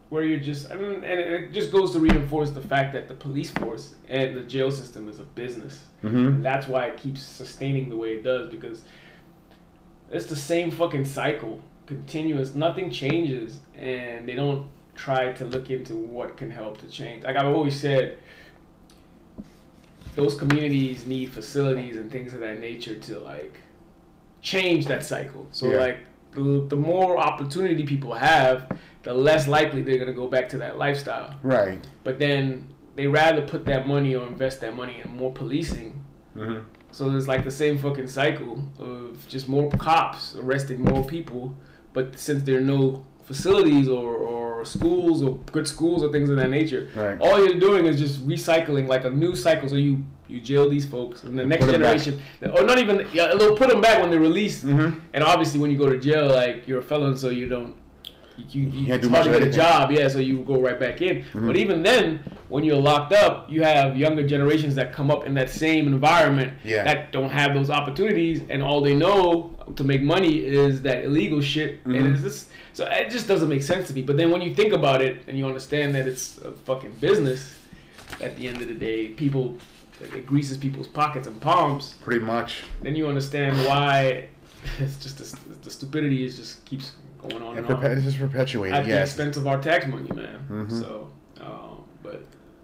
S2: where you're just, I mean, and it just goes to reinforce the fact that the police force and the jail system is a business. And that's why it keeps sustaining the way it does because it's the same fucking cycle, continuous. Nothing changes, and they don't try to look into what can help to change. Like I've always said, those communities need facilities and things of that nature to like change that cycle. So
S1: Yeah.
S2: like the, the more opportunity people have, the less likely they're gonna go back to that lifestyle
S1: Right.
S2: but then they rather put that money or invest that money in more policing. Mm-hmm.
S1: Mhm.
S2: So it's like the same fucking cycle of just more cops arresting more people, but since there are no facilities or, or schools or good schools or things of that nature,
S1: Right.
S2: all you're doing is just recycling like a new cycle. So you you jail these folks, and the next
S1: put 'em back.
S2: generation, or not even yeah, they'll put them back when they're released.
S1: Mhm.
S2: And obviously, when you go to jail, like you're a felon, so you don't you, you,
S1: can't
S2: it's
S1: do much
S2: hard to get a
S1: of anything.
S2: job, yeah. So you go right back in.
S1: Mm-hmm.
S2: But even then, when you're locked up, you have younger generations that come up in that same environment
S1: Yeah.
S2: that don't have those opportunities, and all they know to make money is that illegal shit.
S1: Mm-hmm.
S2: And it's just, so it just doesn't make sense to me. But then when you think about it and you understand that it's a fucking business, at the end of the day, people it greases people's pockets and palms
S1: Pretty much.
S2: then you understand why it's just the, the stupidity is just keeps going on
S1: And
S2: and,
S1: perpe-
S2: on
S1: it's just perpetuated,
S2: at the
S1: yes. Mm-hmm.
S2: expense of our tax money, man. So, um, but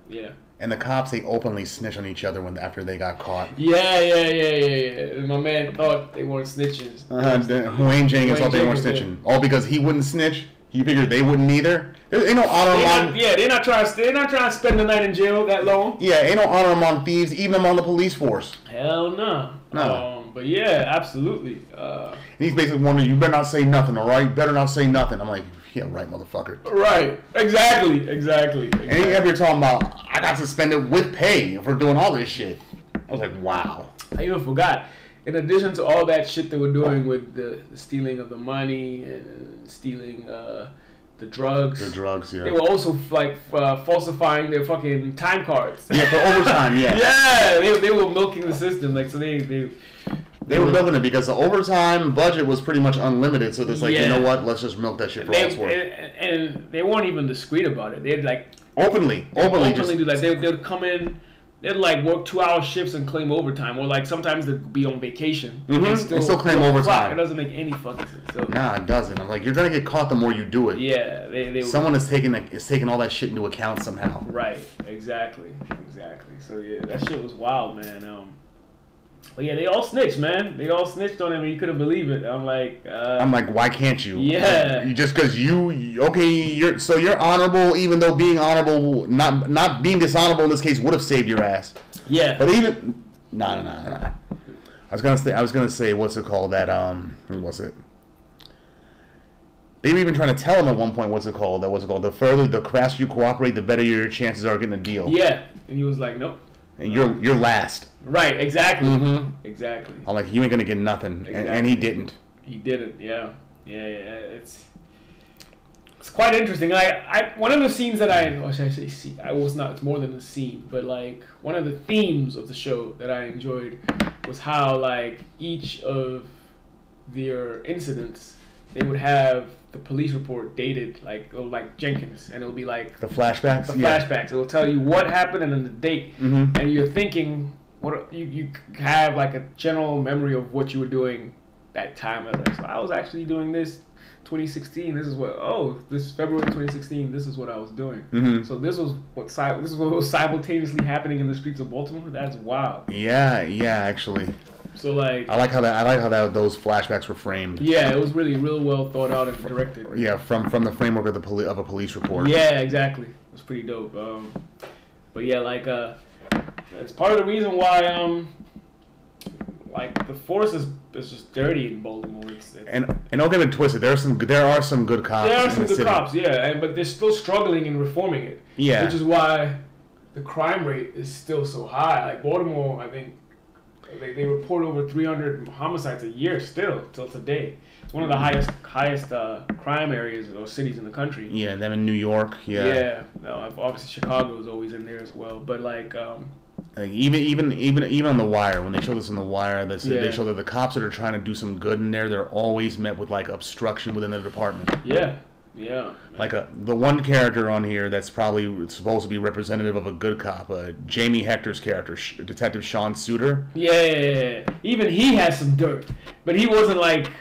S2: yeah,
S1: and the cops, they openly snitch on each other when after they got caught.
S2: yeah, yeah, yeah, yeah, yeah. And my man thought they weren't snitching.
S1: Uh, Wayne Jenkins
S2: Wayne
S1: thought they weren't
S2: Jenkins, yeah.
S1: snitching. All because he wouldn't snitch. You figured they wouldn't either. There ain't no honor
S2: They
S1: among
S2: not, yeah, they're not trying. They're not trying to spend the night in jail that long.
S1: yeah, ain't no honor among thieves, even among the police force.
S2: Hell no.
S1: No.
S2: Um, but yeah, absolutely. Uh,
S1: And he's basically wondering, you better not say nothing, all right? You better not say nothing. I'm like, yeah, right, motherfucker.
S2: right. Exactly. Exactly.
S1: And he
S2: exactly.
S1: up here talking about I got suspended with pay for doing all this shit. I was like, wow.
S2: I even forgot. In addition to all that shit that we're doing with the, the stealing of the money and stealing uh, the drugs,
S1: The drugs, yeah.
S2: they were also like uh, falsifying their fucking time cards.
S1: yeah, for overtime, yeah.
S2: yeah, they, they were milking the system. Like so, they they
S1: They were milking it because the overtime budget was pretty much unlimited. So it's like, you
S2: Yeah.
S1: know what? Let's just milk that shit for all
S2: they
S1: it's worth.
S2: and, and they weren't even discreet about it. They'd like
S1: Openly, openly,
S2: openly do that. They, they'd come in, they'd like work two hour shifts and claim overtime, or like sometimes they'd be on vacation
S1: Mhm, and still claim
S2: clock.
S1: overtime.
S2: It doesn't make any fucking sense. So,
S1: just nah, it doesn't. I'm like, you're gonna get caught the more you do it.
S2: Yeah, they they were
S1: Someone is taking the, is taking all that shit into account somehow.
S2: Right, exactly, exactly. So yeah, that shit was wild, man. Um, but yeah, they all snitched, man. They all snitched on him, and you couldn't believe it. I'm like, uh,
S1: I'm like, why can't you?
S2: Yeah.
S1: You- Just because you okay, you're so you're honorable, even though being honorable, not not being dishonorable in this case would have saved your ass.
S2: yeah,
S1: But even no, no, no, no. I was gonna say, I was gonna say, what's it called? That um, what was it? They were even trying to tell him at one point, what's it called? That what's it called? The further, the faster you cooperate, the better your chances are of getting a deal.
S2: yeah. And he was like, nope.
S1: And you're you're last.
S2: Right, exactly,
S1: Mm-hmm.
S2: exactly.
S1: I'm like, you ain't gonna get nothing, and, and he didn't.
S2: He did it. Yeah, yeah, yeah. It's it's quite interesting. I, I one of the scenes that I or should I say see I was not. It's more than a scene, but like one of the themes of the show that I enjoyed was how like each of their incidents they would have the police report dated like oh, like Jenkins, and it'll be like
S1: The flashbacks.
S2: the
S1: yeah.
S2: flashbacks. It'll tell you what happened and then the date,
S1: Mhm.
S2: and you're thinking what you you have like a general memory of what you were doing that time. And like, So I was actually doing this 2016. This is what oh this February 2016. This is what I was doing.
S1: Mhm.
S2: So this was what si- this is what was simultaneously happening in the streets of Baltimore. That's wild.
S1: Yeah, yeah, actually,
S2: So like
S1: I like how that. I like how that those flashbacks were framed.
S2: yeah, it was really real well thought out and directed.
S1: Yeah, from from the framework of the poli- of a police report.
S2: Yeah, exactly. It was pretty dope. Um, but yeah, like uh, it's part of the reason why um, like the force is, is just dirty in Baltimore. It's, it's,
S1: And and don't get it twisted. There are some there are some good cops.
S2: there are
S1: in
S2: some
S1: the
S2: good
S1: city.
S2: cops, yeah, and, but they're still struggling in reforming it.
S1: Yeah.
S2: which is why the crime rate is still so high. Like Baltimore, I think. They, they report over 300 homicides a year still till today. It's one of
S1: Mm-hmm.
S2: the highest highest uh, crime areas or cities in the country.
S1: Yeah, them in New York. Yeah.
S2: Yeah. No, I've- obviously Chicago is always in there as well, but like, um,
S1: Like even even even even on the wire when they show this on the wire, they say-
S2: Yeah.
S1: they show that the cops that are trying to do some good in there, they're always met with like obstruction within the department.
S2: yeah, yeah,
S1: Like a, the one character on here that's probably supposed to be representative of a good cop, uh, Jamie Hector's character, Sh- Detective Sean Suter.
S2: yeah, yeah, yeah, yeah. Even he has some dirt, but he wasn't like,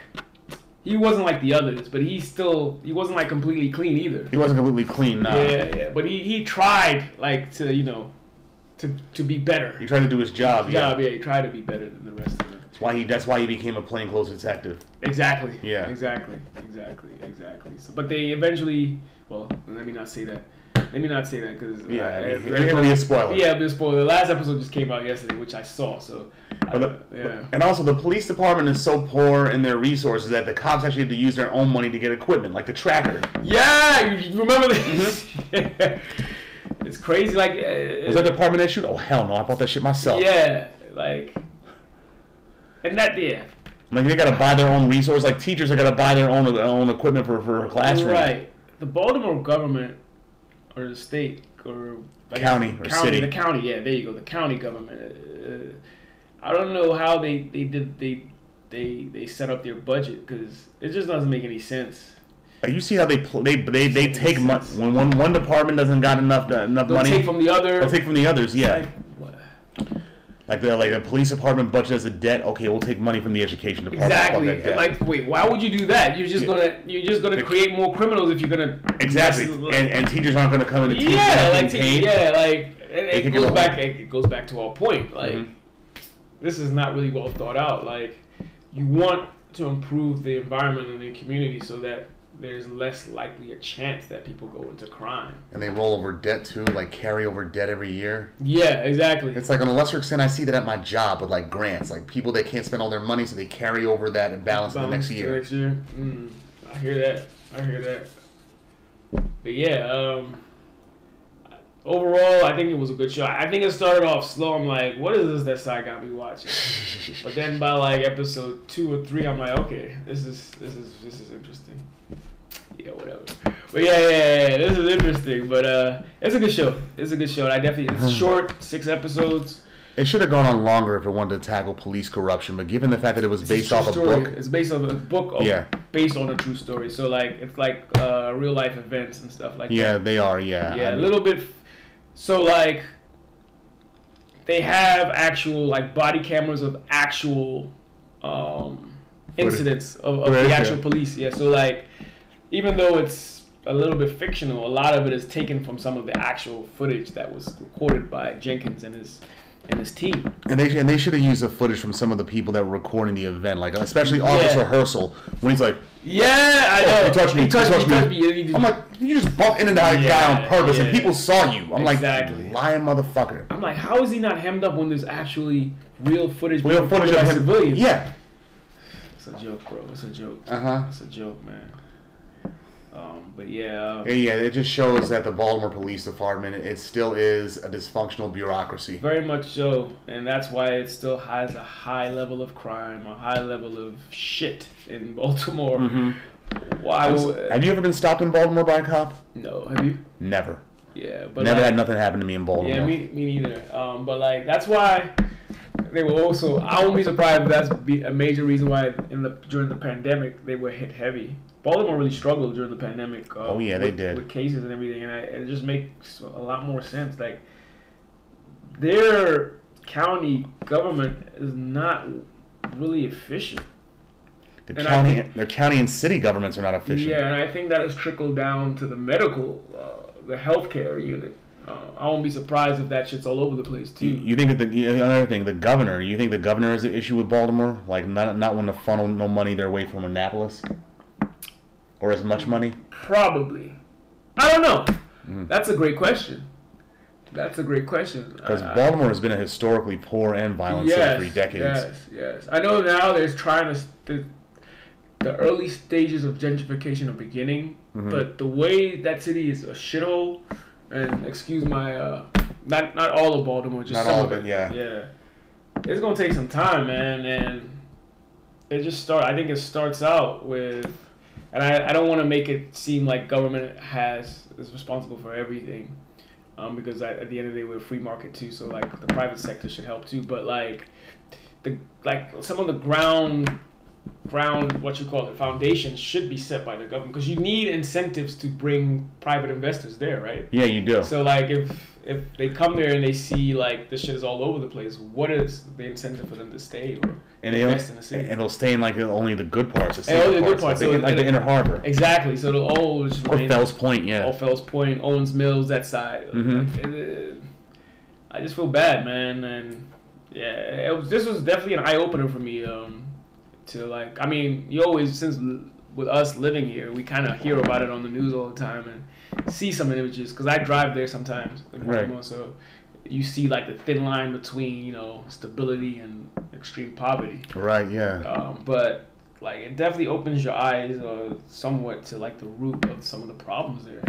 S2: he wasn't like the others, but he still, he wasn't like completely clean either.
S1: He wasn't completely clean. Nah.
S2: Yeah, yeah. But he, he tried like to you know, to to be better.
S1: He tried to do his job. Yeah.
S2: Yeah, yeah. He tried to be better than the rest of them.
S1: That's why he. That's why he became a plainclothes detective.
S2: Exactly.
S1: Yeah.
S2: Exactly. Exactly. Exactly. So, but they eventually. Well, let me not say that. Let me not say that because
S1: Yeah, I mean, it- it'll be a spoiler.
S2: Yeah, it'll be a spoiler. The last episode just came out yesterday, which I saw. So, I,
S1: But the-
S2: yeah.
S1: And also, the police department is so poor in their resources that the cops actually have to use their own money to get equipment, like the tracker.
S2: Yeah, you remember this? it's crazy. Like, uh,
S1: Mm-hmm. Was that the department that shoot? Oh hell no! I bought that shit myself.
S2: yeah, like, and that yeah.
S1: Like they gotta buy their own resource. Like teachers are gotta buy their own their own equipment for for a classroom.
S2: Right. The Baltimore government or the state or I guess
S1: County
S2: the
S1: or city.
S2: The county, yeah, there you go. The county government. Uh, I don't know how they they did they they they set up their budget because it just doesn't make any sense.
S1: Like you see how they pl- they they, they take money when one one department doesn't got enough uh, enough
S2: They'll
S1: money.
S2: take from the other.
S1: they'll take from the others. Yeah.
S2: like, what?
S1: Like the like the police department budget has a debt. Okay, we'll take money from the education department. to plug
S2: Exactly.
S1: that debt.
S2: Like, wait, why would you do that? You're just
S1: Yeah.
S2: gonna you're just gonna create more criminals if you're gonna
S1: exactly.
S2: Like-
S1: And, and teachers aren't going to come in and teach.
S2: yeah,
S1: that
S2: like
S1: campaign.
S2: yeah, like and
S1: They
S2: it
S1: could
S2: goes
S1: go-
S2: back. It goes back to our point. Like
S1: Mhm.
S2: this is not really well thought out. Like you want to improve the environment in the community so that there's less likely a chance that people go into crime.
S1: And they roll over debt too, like carry over debt every year.
S2: Yeah, exactly.
S1: It's like on a lesser extent, I see that at my job with like grants, like people that can't spend all their money, so they carry over that and balance it the next
S2: Bounce to
S1: year.
S2: Next year. Mm, I hear that. I hear that. But yeah, um, overall, I think it was a good show. I think it started off slow. I'm like, what is this that side got me watching? but then by like episode two or three, I'm like, okay, this is this is this is interesting. Yeah, whatever. But yeah, yeah, yeah, yeah, this is interesting. But uh, it's a good show. It's a good show. I definitely
S1: Mm-hmm.
S2: it's short, six episodes.
S1: It should have gone on longer if it wanted to tackle police corruption, but given the fact that it was
S2: It's
S1: based off
S2: true
S1: a
S2: story.
S1: book,
S2: It's based on a book. Of,
S1: Yeah.
S2: Based on a true story. So like it's like uh, real life events and stuff like
S1: yeah, they are, yeah,
S2: that. Yeah.
S1: I
S2: A
S1: mean,
S2: little bit. f- So like they have actual like body cameras of actual um, incidents of, of
S1: Right,
S2: the
S1: yeah.
S2: actual police. Yeah. So like even though it's a little bit fictional, a lot of it is taken from some of the actual footage that was recorded by Jenkins and his and his team.
S1: and they and they should have used the footage from some of the people that were recording the event, like especially August
S2: Yeah.
S1: rehearsal when he's like,
S2: Yeah, I know.
S1: "Oh, you touched me, you touched me, I'm like, you just bumped into that guy
S2: Yeah,
S1: on purpose, and
S2: yeah.
S1: people saw you. I'm
S2: Exactly.
S1: like, lying motherfucker.
S2: I'm like, how is he not hemmed up when there's actually real footage?
S1: We have
S2: being
S1: footage of
S2: recorded by
S1: him.
S2: Civilians?
S1: Yeah.
S2: It's a joke, bro. It's a joke.
S1: Uh huh.
S2: It's a joke, man. Um, but yeah,
S1: And yeah, it just shows that the Baltimore Police Department it still is a dysfunctional bureaucracy.
S2: very much so, and that's why it still has a high level of crime, a high level of shit in Baltimore.
S1: Mm-hmm.
S2: Why? would-
S1: Have you ever been stopped in Baltimore by a cop?
S2: no, have you?
S1: Never.
S2: Yeah, but
S1: Never
S2: like,
S1: had nothing happen to me in Baltimore.
S2: Yeah, me, me neither. Um, but like that's why they were also. I won't be surprised if that's be a major reason why in the during the pandemic they were hit heavy. Baltimore really struggled during the pandemic. Uh,
S1: Oh, yeah, they
S2: with-
S1: did.
S2: with cases and everything, and I, it just makes a lot more sense. Like their county government is not really efficient.
S1: the
S2: and I
S1: county,
S2: think-
S1: their county and city governments are not efficient.
S2: Yeah, and I think that has trickled down to the medical, uh, the healthcare unit. Uh, I won't be surprised if that shit's all over the place too.
S1: You- You think that the you know, another thing, the governor? You think the governor is an issue with Baltimore? Like not not want to funnel no money their way from Annapolis, or as much money?
S2: Probably. I don't know.
S1: Hmm.
S2: That's a great question. That's a great question.
S1: Because
S2: I- I-
S1: Baltimore has been a historically poor and violent
S2: Uh, yes,
S1: city for decades.
S2: Yes, yes. I know now there's trying to. s- The, the early stages of gentrification are beginning,
S1: Mm-hmm.
S2: but the way that city is a shithole, and excuse my, uh, not not all of Baltimore, just
S1: Not
S2: some
S1: all of it, yeah.
S2: yeah. It's gonna take some time, man, and it just start. I think it starts out with, and I, I don't want to make it seem like government has is responsible for everything, um, because I, at the end of the day we're a free market too, so like the private sector should help too. But like the like some of the ground ground what you call it foundation should be set by the government because you need incentives to bring private investors there, right?
S1: Yeah, you do.
S2: So like if if they come there and they see like this shit is all over the place, what is the incentive for them to stay or
S1: and it'll,
S2: invest in the city?
S1: and it'll stay in like the- only the good parts. The
S2: And
S1: safer
S2: only the
S1: parts,
S2: good parts,
S1: like,
S2: so
S1: the, like the
S2: it-
S1: Inner Harbor
S2: exactly. So they'll always
S1: or
S2: remain
S1: Fells Point. Yeah,
S2: all Fells Point, Owens Mills, that side.
S1: Mhm.
S2: Like, it- I just feel bad, man, and yeah, it was, this was definitely an eye opener for me. Um, to like, I mean, you always since l- with us living here, we kind of hear about it on the news all the time and see some images because I drive there sometimes, in
S1: Right.
S2: Baltimore, so. You see, like the thin line between you know stability and extreme poverty
S1: right. Yeah.
S2: um, but like it definitely opens your eyes uh, somewhat to like the root of some of the problems there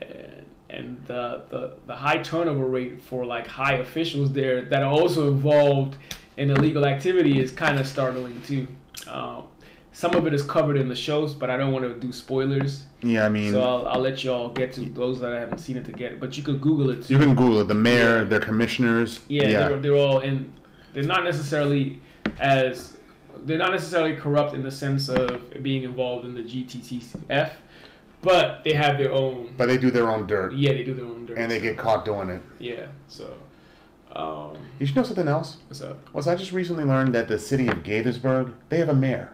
S2: and, and the, the the high turnover rate for like high officials there that are also involved and illegal activity is kind of startling too. Um, some of it is covered in the shows, but I don't want to do spoilers,
S1: Yeah, I mean,
S2: so I'll, I'll let y'all get to those that I haven't seen it to get. But you could Google it.
S1: you
S2: Too.
S1: can Google it. The mayor, their commissioners.
S2: Yeah, They're, they're all in. They're not necessarily as they're not necessarily corrupt in the sense of being involved in the GTTF, but they have their own.
S1: but they do their own dirt,
S2: Yeah, they do their own. Dirt.
S1: and they get caught doing it.
S2: yeah. So, um,
S1: You should know something else.
S2: what's up?
S1: Was I just recently learned that the city of Gaithersburg they have a mayor.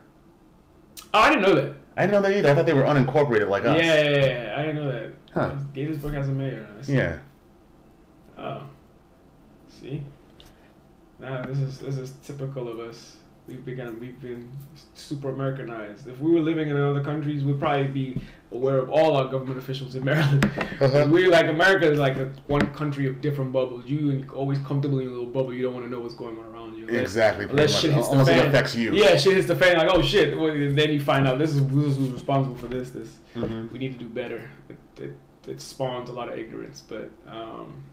S2: Oh, I didn't know that.
S1: I didn't know that either. I thought they were unincorporated like us.
S2: Yeah, yeah, yeah, yeah, I didn't know that.
S1: Huh.
S2: Gaithersburg has a mayor. I see.
S1: Yeah.
S2: Oh. See? Nah, this is this is typical of us. We've begun we've been super Americanized. If we were living in other countries, we'd probably be aware of all our government officials in Maryland.
S1: Uh-huh.
S2: 'Cause we're like America is like a, one country of different bubbles. You always comfortable in a little bubble. You don't want to know what's going on around you. Unless-
S1: Exactly, pretty
S2: Unless
S1: much.
S2: shit hits the
S1: Unless it
S2: fan.
S1: affects you.
S2: Yeah, shit hits the fan. Like oh shit. Well, then you find out this is this was responsible for this. This
S1: Mm-hmm.
S2: we need to do better. It, it, it spawns a lot of ignorance, but um,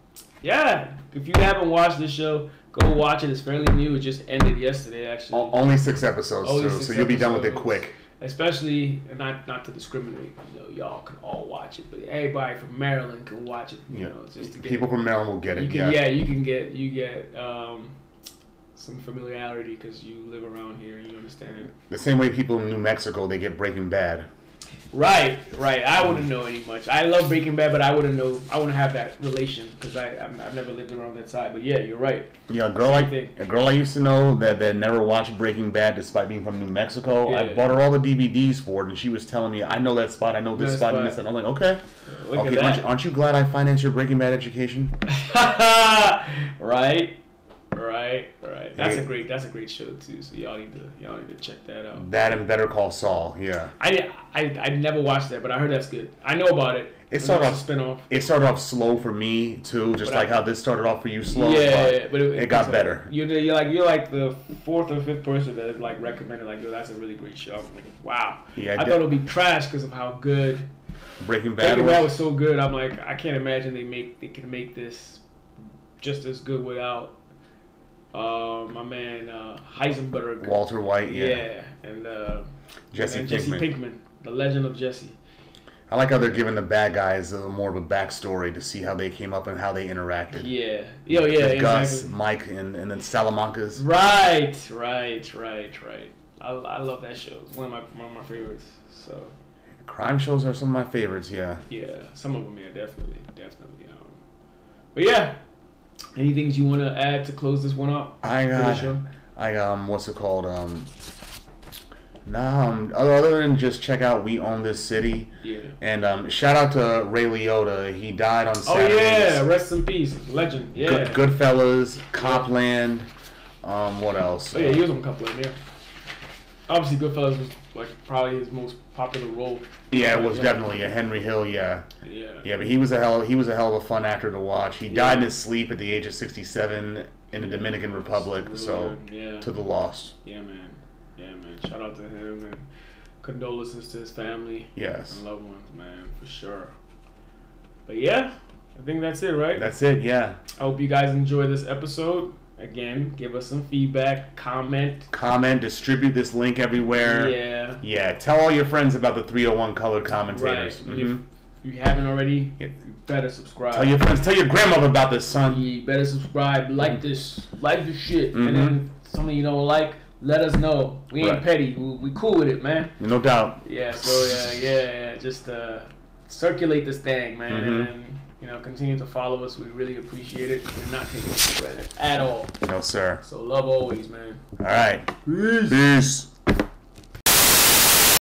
S2: yeah. If you haven't watched this show, go watch it. It's fairly new. It just ended yesterday, actually.
S1: O- only six episodes
S2: Only
S1: through,
S2: six
S1: so you'll be done with it
S2: episodes.
S1: quick.
S2: Especially, and not not to discriminate. You know, y'all can all watch it, but everybody from Maryland can watch it. You
S1: Yeah.
S2: know, just to get
S1: People from Maryland will get it.
S2: you can, yeah. you can get you get um, some familiarity because you live around here and you understand it.
S1: The same way people in New Mexico they get Breaking Bad.
S2: Right, right. I wouldn't know any much. I love Breaking Bad, but I wouldn't know. I wouldn't have that relation because I I'm, I've never lived around that side. But yeah, you're right.
S1: Yeah, a girl I
S2: thing.
S1: a girl I used to know that that never watched Breaking Bad despite being from New Mexico. I
S2: Yeah.
S1: bought her all the DVDs for it, and she was telling me, "I know that spot, I know this
S2: That
S1: spot, and
S2: spot.
S1: this." And I'm like, "Okay,
S2: Look
S1: okay, aren't
S2: at
S1: you, aren't you glad I financed your Breaking Bad education?"
S2: that. right, right, right. That's
S1: Yeah.
S2: a great. That's a great show too. So y'all need to y'all need to check that out.
S1: That and Better Call Saul. Yeah,
S2: I I, I never watched that, but I heard that's good. I know about it.
S1: It's
S2: I know
S1: sort
S2: a
S1: of-
S2: spinoff.
S1: it started off slow for me too, just
S2: But I-
S1: like how this started off for you slow.
S2: yeah,
S1: but,
S2: but
S1: it, got better.
S2: You're, the- you're like you're like the fourth or fifth person that like recommended like yo that's a really great show. I'm like wow.
S1: Yeah, I
S2: I,
S1: did-
S2: thought it would be trash because of how good
S1: Breaking Bad.
S2: Breaking Bad
S1: was-
S2: was so good. I'm like I can't imagine they make they can make this just as good without uh, my man uh, Heisenberg.
S1: Walter White.
S2: yeah.
S1: Yeah,
S2: and uh,
S1: Jesse
S2: and Jesse
S1: Pinkman.
S2: Pinkman, the legend of Jesse.
S1: I like how they're giving the bad guys a, more of a backstory to see how they came up and how they interacted.
S2: Yeah, yo, yeah,
S1: With Gus,
S2: exactly.
S1: Mike, and, and then Salamanca's.
S2: Right, right, right, right. I, I love that show. It's one of my one of my favorites. So
S1: Crime shows are some of my favorites, yeah.
S2: yeah, some of them yeah, definitely, definitely. Um, but yeah, any things you want to add to close this one up?
S1: I
S2: For the
S1: got,
S2: show?
S1: I um, what's it called? Um, nah, um, other- other than just check out We Own This City.
S2: Yeah.
S1: And um, shout out to Ray Liotta. He died on
S2: Oh
S1: Saturday.
S2: yeah, rest in peace, legend. Yeah.
S1: Good, Goodfellas, Copland. Um, what else?
S2: Oh yeah, he was on Cupland. Yeah. Obviously, Goodfellas was like probably his most popular role.
S1: Yeah, it was definitely a Henry Hill. Yeah,
S2: Yeah.
S1: yeah, but he was a hell. He was a hell of a fun actor to watch. He
S2: Yeah.
S1: died in his sleep at the age of 67 in the Dominican Republic. So
S2: yeah.
S1: to the lost.
S2: Yeah, man. Yeah, man. Shout out to him and condolences to his family
S1: Yes.
S2: and loved ones, man, for sure. But yeah, I think that's it, right?
S1: That's it. Yeah.
S2: I hope you guys enjoyed this episode. Again, give us some feedback, comment.
S1: Comment, distribute this link everywhere.
S2: Yeah.
S1: Yeah, tell all your friends about the 301 Colored
S2: Right.
S1: Commentators.
S2: If
S1: Mhm.
S2: you haven't already,
S1: Yeah. Oh,
S2: you better subscribe.
S1: Tell your friends, tell your grandmother about this, son.
S2: You better subscribe, like
S1: Mm-hmm.
S2: this, like this shit,
S1: Mhm.
S2: and then something you don't like, let us know. We ain't
S1: Right.
S2: petty. We, we cool with it, man.
S1: No doubt.
S2: Yeah, so yeah, yeah, yeah. Just uh, circulate this thing, man,
S1: Mhm.
S2: and you know, continue to follow us. We really appreciate it. We're not taking it for granted at all.
S1: No, sir.
S2: So love always, man.
S1: All right. Peace.